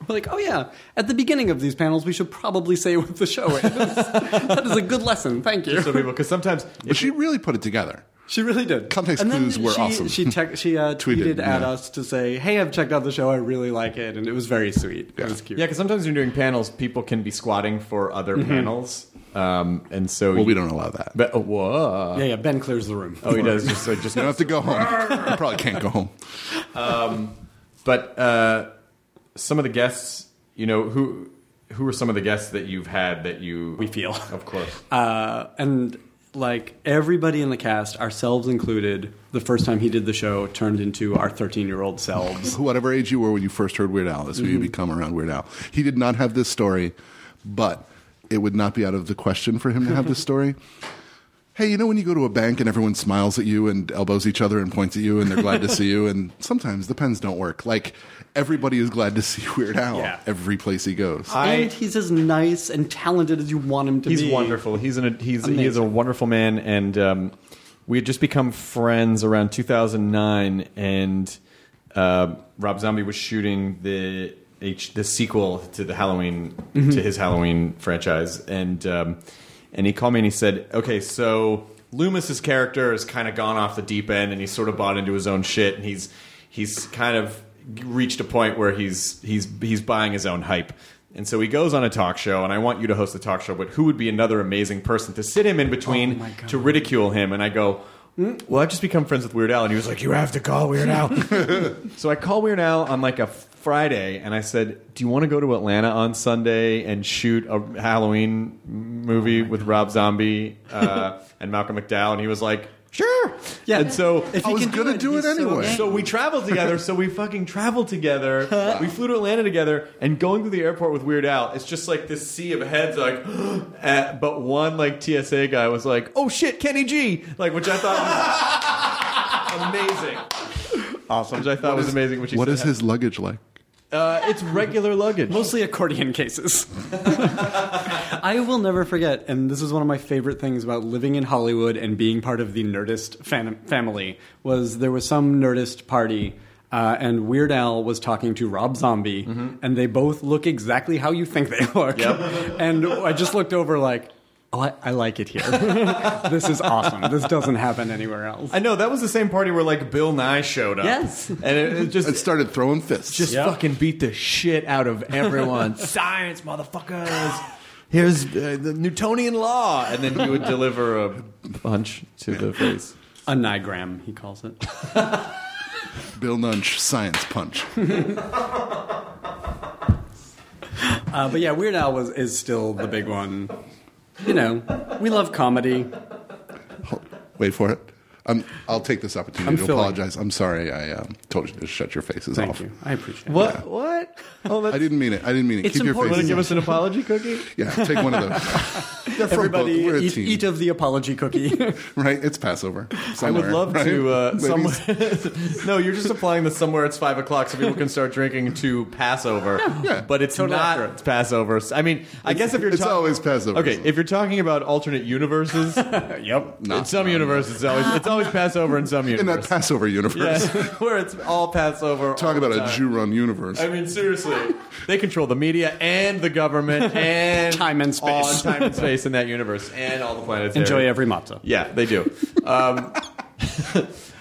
S6: We're like, oh yeah, at the beginning of these panels, we should probably say what the show is. that is a good lesson. Thank you.
S3: So people, because sometimes
S7: But she really put it together.
S6: She really did.
S7: Context
S6: And then
S7: clues were
S6: she-
S7: awesome.
S6: She tec- she uh, tweeted,
S7: Tweeted,
S6: at
S7: yeah.
S6: us to say, "Hey, I've checked out the show. I really like it, and it was very sweet. It was cute."
S3: Yeah, because sometimes when you're doing panels, people can be squatting for other panels, um, and so
S7: Mm-hmm. Well, we don't allow that.
S3: But, oh, whoa.
S6: yeah, yeah. Ben clears the room.
S3: Oh, he does just so just.
S7: You don't have to go home. you probably can't go home.
S3: But uh, some of the guests, you know, who who are some of the guests that you've had that you
S6: We feel.
S3: of course.
S6: uh, and like everybody in the cast, ourselves included, the first time he did the show turned into our 13 year old selves.
S7: Whatever age you were when you first heard Weird Al, is who you become around Weird Al. He did not have this story, but it would not be out of the question for him to have this story. Hey, you know when you go to a bank and everyone smiles at you and elbows each other and points at you and they're glad to see you and sometimes the pens don't work. Like everybody is glad to see Weird Al
S6: Yeah.
S7: every place he goes.
S6: and he's as nice and talented as you want him to
S3: He's
S6: be.
S3: wonderful. He's an he's he is a wonderful man, and um, we had just become friends around 2009, and uh, Rob Zombie was shooting the H, the sequel to the Halloween to his Halloween franchise, and um, and he called me and he said, okay, so Loomis's character has kind of gone off the deep end, and he's sort of bought into his own shit, and he's he's kind of reached a point where he's he's he's buying his own hype. And so he goes on a talk show, and I want you to host the talk show, but who would be another amazing person to sit him in between to ridicule him? And I go, "Mm, Well, I've just become friends with Weird Al. And he was like, You have to call Weird Al. so I call Weird Al on like a Friday, and I said, Do you want to go to Atlanta on Sunday and shoot a Halloween movie with Rob Zombie uh, and Malcolm McDowell? And he was like, Sure.
S6: Yeah.
S3: And so
S6: If
S7: I
S6: he
S7: was
S6: can do
S7: gonna
S6: it,
S7: do
S6: he's
S7: it
S6: so
S7: anyway.
S6: nice.
S3: so we traveled together. So we fucking traveled together. we flew to Atlanta together, and going through the airport with Weird Al, it's just like this sea of heads. Like, uh, but one like TSA guy was like, "Oh shit, Kenny G!" Like, which I thought was amazing. Awesome. Which I thought was amazing. Which he
S7: what
S3: said
S7: is his luggage like?
S3: Uh, it's regular luggage.
S6: Mostly accordion cases. I will never forget, and this is one of my favorite things about living in Hollywood and being part of the Nerdist fan- family, was there was some Nerdist party, uh, and Weird Al was talking to Rob Zombie, and they both look exactly how you think they look. and I just looked over like, oh, I, I like it here. this is awesome. This doesn't happen anywhere else.
S3: I know that was the same party where like Bill Nye showed up.
S6: Yes.
S3: and it, it just
S7: It started throwing fists.
S3: just fucking beat the shit out of everyone. Science, motherfuckers. Here's uh, the Newtonian law, and then you would deliver a punch to the face.
S6: A nigram, he calls it.
S7: Bill Nunch science punch.
S6: Uh, but yeah, Weird Al was, is still the big one. You know, we love comedy.
S7: Wait for it. Um, I'll take this opportunity
S6: I'm
S7: to
S6: filling.
S7: apologize. I'm sorry. I um, told you to shut your faces
S6: Thank
S7: off.
S6: you. I appreciate it.
S3: What? What? Oh, that's,
S7: I didn't mean it. I didn't mean it.
S6: It's
S7: Keep
S6: important.
S7: your
S3: give
S7: faces.
S3: us an apology cookie.
S7: Yeah, take one of those. They're from
S6: Everybody
S7: both. We're a
S6: eat,
S7: team,
S6: eat of the apology cookie.
S7: right? It's Passover.
S3: I would
S7: somewhere,
S3: love
S7: right?
S3: to. Uh,
S7: Ladies?
S3: somewhere, no, you're just applying this somewhere. It's five o'clock, so people can start drinking to Passover. but it's not Passover. I mean, I guess if you're
S7: it's
S3: talk-
S7: always Passover,
S3: Okay,
S7: so.
S3: if you're talking about alternate universes,
S6: yep.
S3: in some universes, it's always it's always Passover in some
S7: in that
S3: universes.
S7: Passover universe.
S3: where it's all Passover.
S7: Talk
S3: all the
S7: about a
S3: time.
S7: Jew-run universe.
S3: I mean, seriously, they control the media and the government and
S6: Time and space.
S3: all time and space in that universe and all the planets.
S6: Enjoy every matzah.
S3: Yeah, they do. Um,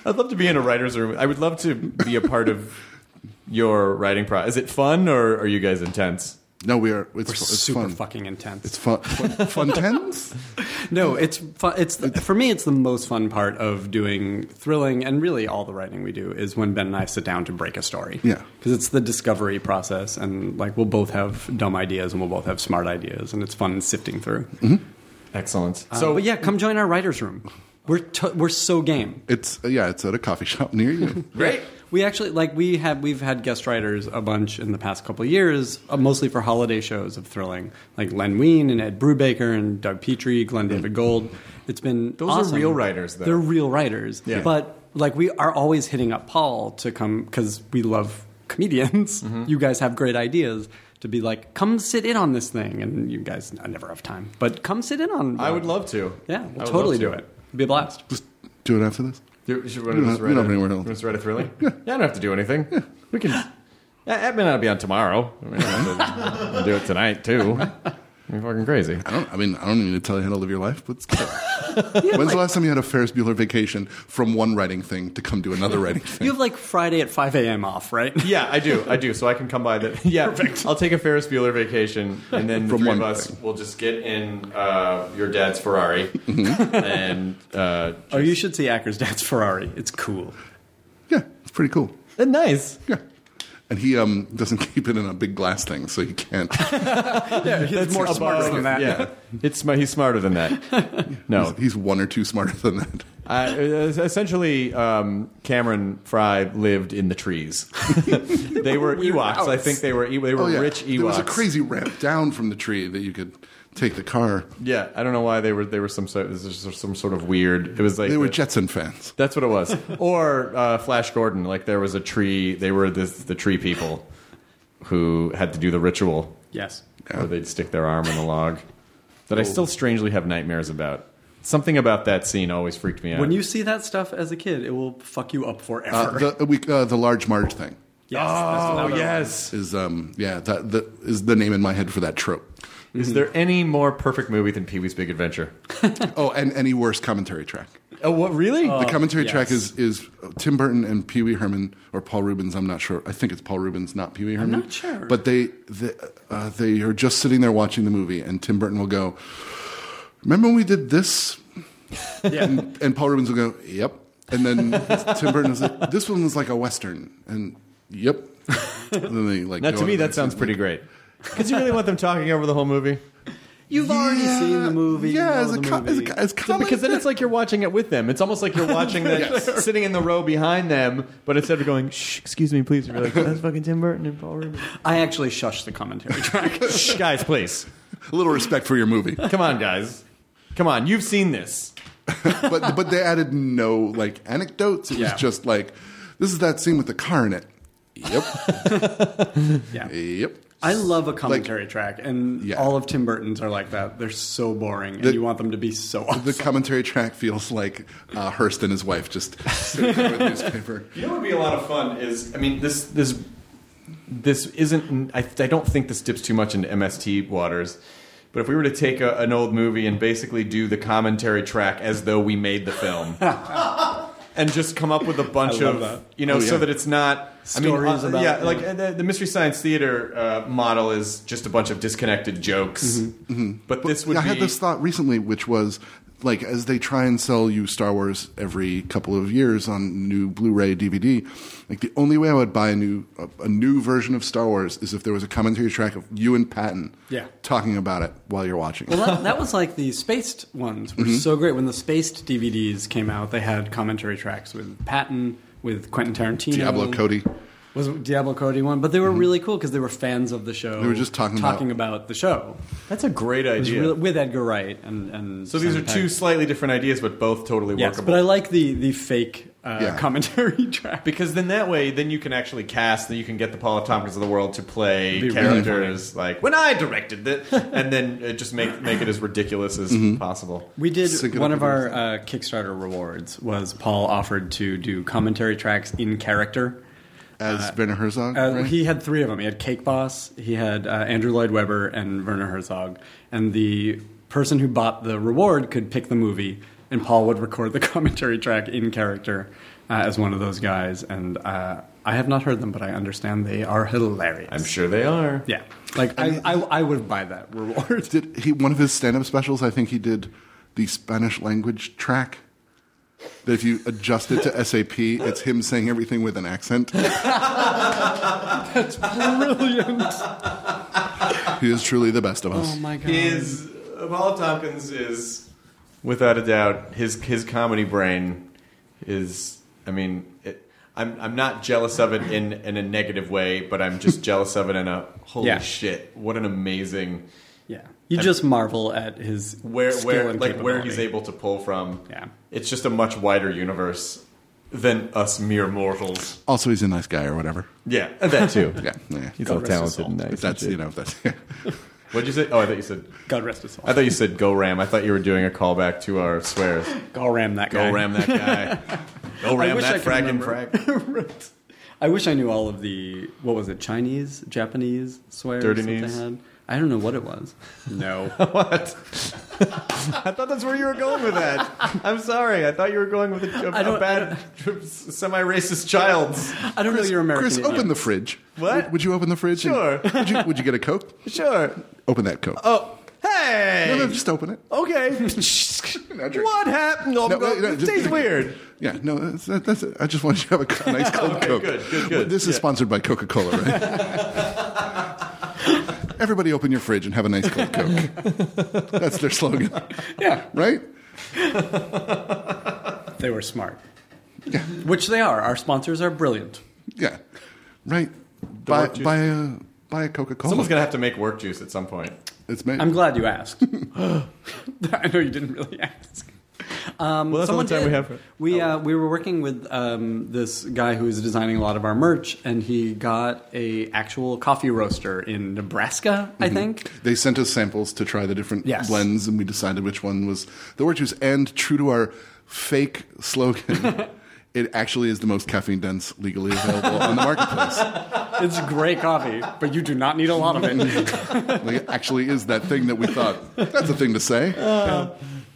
S3: I'd love to be in a writer's room. I would love to be a part of your writing process. Is it fun or are you guys intense?
S7: no, we are. It's, fu-
S6: We're
S7: it's
S6: super
S7: fun.
S6: fucking intense.
S7: It's fun. Fun, fun tens.
S6: no, it's fun. It's the, for me. It's the most fun part of doing thrilling and really all the writing we do is when Ben and I sit down to break a story.
S7: Yeah.
S6: because it's the discovery process, and like we'll both have dumb ideas and we'll both have smart ideas, and it's fun sifting through.
S7: Mm-hmm.
S3: Excellent.
S7: Uh,
S6: So,
S3: So
S6: but yeah, come join our writers' room. We're t- we're so game.
S7: It's yeah. It's at a coffee shop near you.
S3: great.
S6: We actually like we have we've had guest writers a bunch in the past couple of years, uh, mostly for holiday shows of thrilling, like Len Wein and Ed Brubaker and Doug Petrie, Glenn David Gold. It's been
S3: Hmm. Those are
S6: awesome.
S3: real writers, though.
S6: They're real writers,
S3: Yeah.
S6: but like we are always hitting up Paul to come because we love comedians.
S3: Mm-hmm.
S6: You guys have great ideas. To be like, come sit in on this thing, and you guys I never have time, but come sit in on.
S3: I would love to.
S6: Yeah,
S3: I would
S6: we'll totally
S3: love to.
S6: do it. It'd be a blast.
S7: Do it after this.
S2: Do you, should we
S7: don't
S2: just
S7: have-
S2: write
S7: you don't
S2: a-
S7: have anywhere to-
S2: you wanna just write a thrilling? Yeah. I don't have to do anything. We can. Yeah, it may not be on tomorrow. I mean, I have to do it tonight too. You're fucking crazy.
S7: I don't. I mean, I don't even need to tell you how to live your life. But still. when's the last time you had a Ferris Bueller vacation from one writing thing to come to another writing thing?
S6: You have like Friday at 5 a.m. off, right?
S2: Yeah, I do. I do. So I can come by the. Yeah, perfect. I'll take a Ferris Bueller vacation, and then the
S7: From
S2: three
S7: one
S2: of us
S7: thing.
S2: will just get in uh, your dad's Ferrari,
S7: Mm-hmm.
S2: and uh,
S6: Oh, you should see Acker's dad's Ferrari. It's cool.
S7: yeah, it's pretty cool.
S2: nice.
S7: Yeah. And he um, doesn't keep it in a big glass thing, so he can't.
S6: It's more smarter than that.
S2: Yeah, it's sm- he's smarter than that. No,
S7: He's one or two smarter than that.
S2: I, Uh, essentially, um, Cameron Fry lived in the trees. they were Ewoks. I think they were E- they were rich Ewoks.
S7: Oh, There was a crazy ramp down from the tree that you could take the car.
S2: Yeah, I don't know why they were they were some sort this is just some sort of weird. It was like
S7: They were
S2: the-
S7: Jetson fans.
S2: That's what it was. or uh, Flash Gordon, like there was a tree. They were this, the tree people who had to do the ritual
S6: Yes. Oh.
S2: where they'd stick their arm in the log. That I still strangely have nightmares about. Something about that scene always freaked me out.
S6: When you see that stuff as a kid, it will fuck you up forever.
S7: Uh, the, we, uh, the large Marge thing
S6: yes, that's
S2: oh
S6: another
S2: yes,
S7: is um, yeah that, that is the name in my head for that trope.
S2: is
S6: Mhm.
S2: there any more perfect movie than Pee Wee's Big Adventure?
S7: Oh, and any worse commentary track.
S2: Oh, what really?
S7: The commentary
S6: yes.
S7: track is is Tim Burton and Pee Wee Herman or Paul Rubens. I'm not sure. I think it's Paul Rubens, not Pee Wee Herman.
S6: not sure.
S7: But they they, uh, they are just sitting there watching the movie, and Tim Burton will go, "Remember when we did this?" and, and Paul Rubens will go, "Yep." And then Tim Burton is like, "This one was like a western," and "Yep." And then they like.
S2: now
S7: go
S2: Uh, to
S7: on
S2: me
S7: to the
S2: that
S7: next
S2: sounds
S7: thing.
S2: pretty great. Because you really want them talking over the whole movie?
S6: You've already
S7: Oh, Yeah,
S6: seen the movie. you
S7: Yeah,
S6: know
S7: as a,
S6: the
S7: co- as
S6: movie.
S7: a, as a comic
S2: Because then it's like you're watching it with them. It's almost like you're watching them sitting in the row behind them, but instead of going, shh, excuse me, please, you're like, that's fucking Tim Burton and Paul Rubens.
S6: I actually shush the commentary track.
S2: Shh, guys, please.
S7: a little respect for your movie.
S2: Come on, guys. Come on, you've seen this.
S7: but but they added no like anecdotes. It
S6: Yeah.
S7: was just like this is that scene with the car in it. Yep.
S6: Yeah.
S7: Yep.
S6: I love a commentary track, and
S7: Yeah.
S6: all of Tim Burton's are like that. They're so boring, and
S7: The-
S6: you want them to be so awesome.
S7: The commentary track feels like uh, Hearst and his wife just sitting there with a newspaper.
S2: You know what would be a lot of fun is, I mean, this this this isn't. I, I don't think this dips too much into MST waters. But if we were to take a, an old movie and basically do the commentary track as though we made the film, and just come up with a bunch
S6: I love
S2: of
S6: that.
S2: you know,
S7: Oh,
S2: so
S7: yeah.
S2: that it's not
S6: Stories
S2: I mean, uh,
S6: about-
S2: yeah, like uh, the, the Mystery Science Theater uh, model is just a bunch of disconnected jokes. But, this would
S7: I
S2: be
S7: had this thought recently, which was like as they try and sell you Star Wars every couple of years on new Blu-ray DVD, like the only way I would buy a new a, a new version of Star Wars is if there was a commentary track of you and Patton
S6: Yeah.
S7: talking about it while you're watching. it.
S6: Well, that, that was like the spaced ones were so great. When the spaced DVDs came out, they had commentary tracks with Patton, with Quentin Tarantino,
S7: Diablo Cody.
S6: was it Diablo Cody one, but they were really cool because they were fans of the show. Mm-hmm. They
S7: were just talking about-
S6: talking about the show.
S2: that's a great
S6: It was
S2: idea.
S6: really- with Edgar Wright and and
S2: so these are
S6: Simon
S2: two
S6: Pegg.
S2: slightly different ideas, but both totally
S6: Yes,
S2: workable.
S6: but I like the the fake uh,
S7: Yeah.
S6: commentary track.
S2: Because then that way, then you can actually cast, then you can get the Paula Tompkins of the world to play
S6: Be really
S2: characters like when I directed it, and then uh, just make make it as ridiculous as
S6: Mm-hmm.
S2: possible.
S6: We
S7: Sync
S6: did
S7: it
S6: one
S7: up
S6: of
S7: with
S6: our uh, Kickstarter rewards was Paul offered to do commentary tracks in character.
S7: As Werner Herzog,
S6: Uh,
S7: right?
S6: He had three of them. He had Cake Boss, he had uh, Andrew Lloyd Webber, and Werner Herzog. And the person who bought the reward could pick the movie, and Paul would record the commentary track in character uh, as one of those guys. And uh, I have not heard them, but I understand they are hilarious.
S2: I'm sure they are.
S6: Yeah, like I, I, I would buy that reward.
S7: Did he one of his stand-up specials? I think he did the Spanish language track. That if you adjust it to SAP, it's him saying everything with an accent.
S6: Brilliant!
S7: He is truly the best of us.
S6: Oh my god!
S2: His uh, Paula Tompkins is without a doubt his his comedy brain is. I mean, it, I'm I'm not jealous of it in in a negative way, but I'm just jealous of it in a holy
S6: Yeah.
S2: shit, what an amazing.
S6: Yeah, you just marvel at his
S2: where
S6: skill
S2: where
S6: and
S2: like where he's
S6: capability.
S2: able to pull from.
S6: Yeah.
S2: it's just a much wider universe than us mere mortals.
S7: Also, he's a nice guy or whatever.
S2: Yeah, and that too.
S7: Yeah, yeah.
S2: he's all talented and nice.
S7: If that's you know if that's
S2: What'd you say? Oh, I thought you said
S6: God rest his soul.
S2: I thought you said go ram. I thought you were doing a callback to our swears.
S6: I'll ram that
S2: Go
S6: guy.
S2: ram that guy.
S7: Oh, ram
S6: wish I
S7: that
S6: could
S7: frag and
S6: remember.
S7: frag.
S6: right. I wish I knew all of the what was it Chinese, Japanese swears
S2: Dirty
S6: that they
S2: knees.
S6: had. I don't know what it was. No,
S2: What? I thought that's where you were going with that. I'm sorry. I thought you were going with a, a,
S6: I don't-
S2: a bad, semi-racist child's.
S6: I don't know your American.
S7: Chris,
S6: idiom.
S7: open the fridge.
S2: What?
S7: Would, would you open the fridge? and-
S2: Sure.
S7: Would you, would you get a Coke?
S2: Sure.
S7: Open that Coke.
S2: Oh,
S7: No, no,
S2: hey.
S7: just open it.
S2: Okay.
S7: No, drink.
S2: what happened? No,
S7: No,
S2: no,
S7: no, no,
S2: it
S7: just-
S2: tastes weird.
S7: Yeah, no, that's, that- that's it. I just wanted you to have a nice cold Coke.
S2: good, good, good.
S7: This is sponsored by Coca Cola, right? Everybody open your fridge and have a nice cold Coke. That's their slogan.
S6: Yeah,
S7: Right?
S6: they were smart. Which they are. Our sponsors are brilliant.
S7: Yeah. Right? Buy,
S2: juice.
S7: buy a, buy a Coca Cola.
S2: Someone's gonna have to make work juice at some point.
S7: It's made.
S6: I'm glad you asked. I know you didn't really ask. Um,
S2: Well, that's the
S6: someone
S2: only time we
S6: did.
S2: have for-
S6: We uh, we were working with um, this guy who is designing a lot of our merch, and he got a actual coffee roaster in Nebraska, I
S2: Mm-hmm.
S6: think.
S7: They sent us samples to try the different
S6: Yes.
S7: blends, and we decided which one was the work juice. And true to our fake slogan, it actually is the most caffeine dense legally available on the marketplace.
S6: It's great coffee, but you do not need a lot of it.
S7: Like, it actually is that thing that we thought that's a thing to say.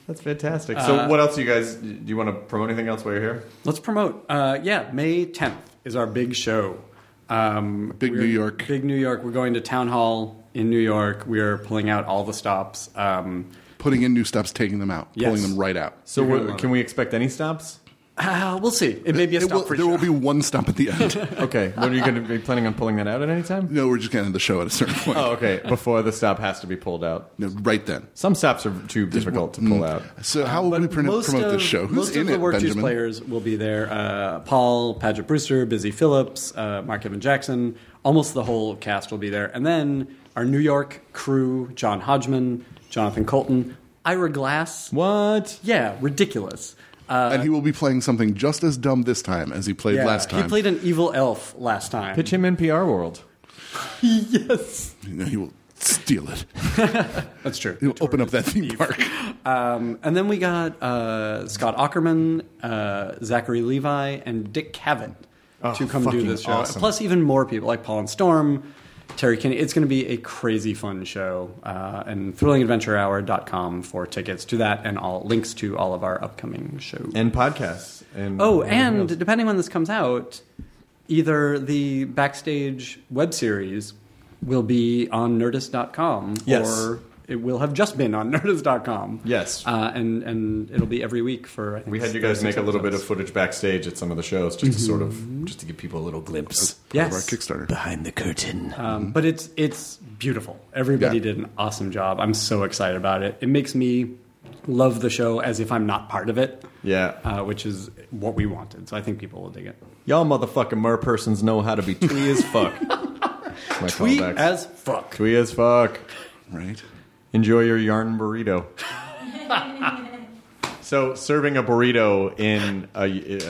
S2: That's fantastic. So, what else, you guys? Do you want to promote anything else while you're here?
S6: Let's promote. Uh, yeah, May 10th is our big show. Um,
S7: Big
S6: we're-
S7: New York.
S6: Big New York. We're going to town hall in New York. We are pulling out all the stops. Um,
S7: Putting in new stops, taking them out,
S6: Yes.
S7: pulling them right out.
S2: So,
S6: You're gonna
S2: we're-
S6: love
S2: can we expect any stops?
S6: uh, we'll see. It may be a
S7: It
S6: stop
S7: will-
S6: for
S7: there will be one stop at the end.
S2: Okay. What are you going to be planning on pulling that out at any time?
S7: no, we're just going to end the show at a certain point.
S2: Oh, okay. Before the stop has to be pulled out.
S7: No, right then.
S2: Some stops are too difficult to pull out.
S7: So how will we
S6: Uh, But
S7: pr- promote
S6: most of-
S7: this show? Who's
S6: most
S7: in
S6: of the
S7: it,
S6: Work Juice
S7: Benjamin?
S6: players will be there. Uh, Paul, Paget Brewster, Busy Phillips, uh, Mark Evan Jackson. Almost the whole cast will be there. And then our New York crew, John Hodgman, Jonathan Colton, Ira Glass.
S2: What?
S6: Yeah, ridiculous. Uh,
S7: and he will be playing something just as dumb this time as he played
S6: yeah,
S7: last time.
S6: He played an evil elf last time.
S2: Pitch him NPR World.
S6: yes.
S7: You know, he will steal it.
S6: That's true.
S7: He'll open up that theme park.
S6: Um, and then we got uh, Scott Ackerman, uh, Zachary Levi, and Dick Cavett to come do
S2: Oh, fucking
S6: this show.
S2: awesome.
S6: Plus, even more people like Paul and Storm, Terry Kinney. It's going to be a crazy fun show. Uh, and thrillingadventurehour.com for tickets to that and all links to all of our upcoming shows.
S2: And podcasts. And
S6: oh,
S2: everything
S6: and
S2: else.
S6: depending when this comes out, either the backstage web series will be on nerdist.com
S2: Yes.
S6: or it will have just been on nerdist.com.
S2: Yes.
S6: Uh, and and it'll be every week for. I think,
S2: we had you guys
S6: 36
S2: make a little bit of
S6: episodes.
S2: footage backstage at some of the shows just to sort of just to give people a little glimpse.
S7: Of our
S6: Yes,
S7: Kickstarter.
S6: um, but it's it's beautiful. Everybody
S7: Yeah.
S6: did an awesome job. I'm so excited about it. It makes me love the show as if I'm not part of it.
S2: Yeah.
S6: Uh, which is what we wanted. So I think people will dig it.
S2: Y'all motherfucking mer persons know how to be twee as fuck. That's My
S6: We
S2: callbacks.
S6: as fuck.
S2: twee as fuck.
S7: Right?
S2: Enjoy your yarn burrito. so serving a burrito in a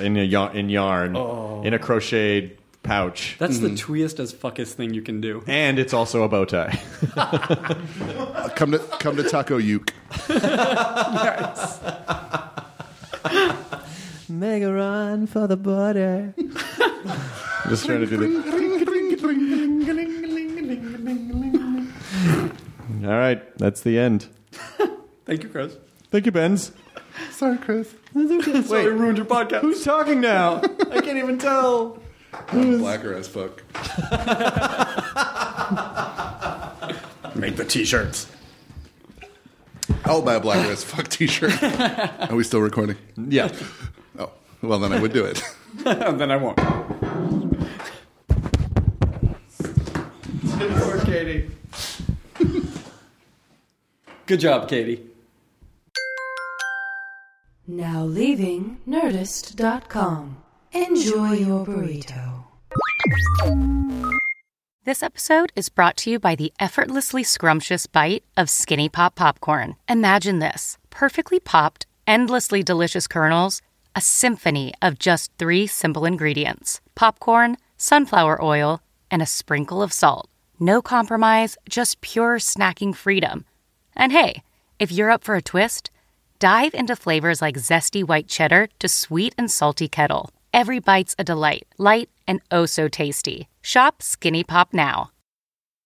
S2: in a yarn, in yarn in a crocheted pouch,
S6: That's the tweest as fuckest thing you can do.
S2: and it's also a bow tie.
S7: Uh, come to come to Taco Uke.
S2: Megaron for the butter. Just trying to do the. All right, that's the end.
S6: Thank you, Chris.
S2: Thank you, Benz.
S7: Sorry, Chris.
S6: Sorry, I ruined your podcast.
S2: Who's talking now? I can't even tell.
S7: Blacker as fuck.
S6: Make the t-shirts.
S7: I'll buy a blacker as fuck t-shirt. Are we still recording?
S2: Yeah.
S7: Oh, well then I would do it.
S6: and then I won't.
S2: Poor Katie.
S6: Good job, Katie.
S5: Now leaving Nerdist.com. Enjoy your burrito.
S8: This episode is brought to you by the effortlessly scrumptious bite of Skinny Pop popcorn. Imagine this perfectly popped, endlessly delicious kernels, a symphony of just three simple ingredients popcorn, sunflower oil, and a sprinkle of salt. No compromise, just pure snacking freedom. And hey, if you're up for a twist, Dive into flavors like zesty white cheddar to sweet and salty kettle. Every bite's a delight, light and oh so tasty. Shop Skinny Pop now.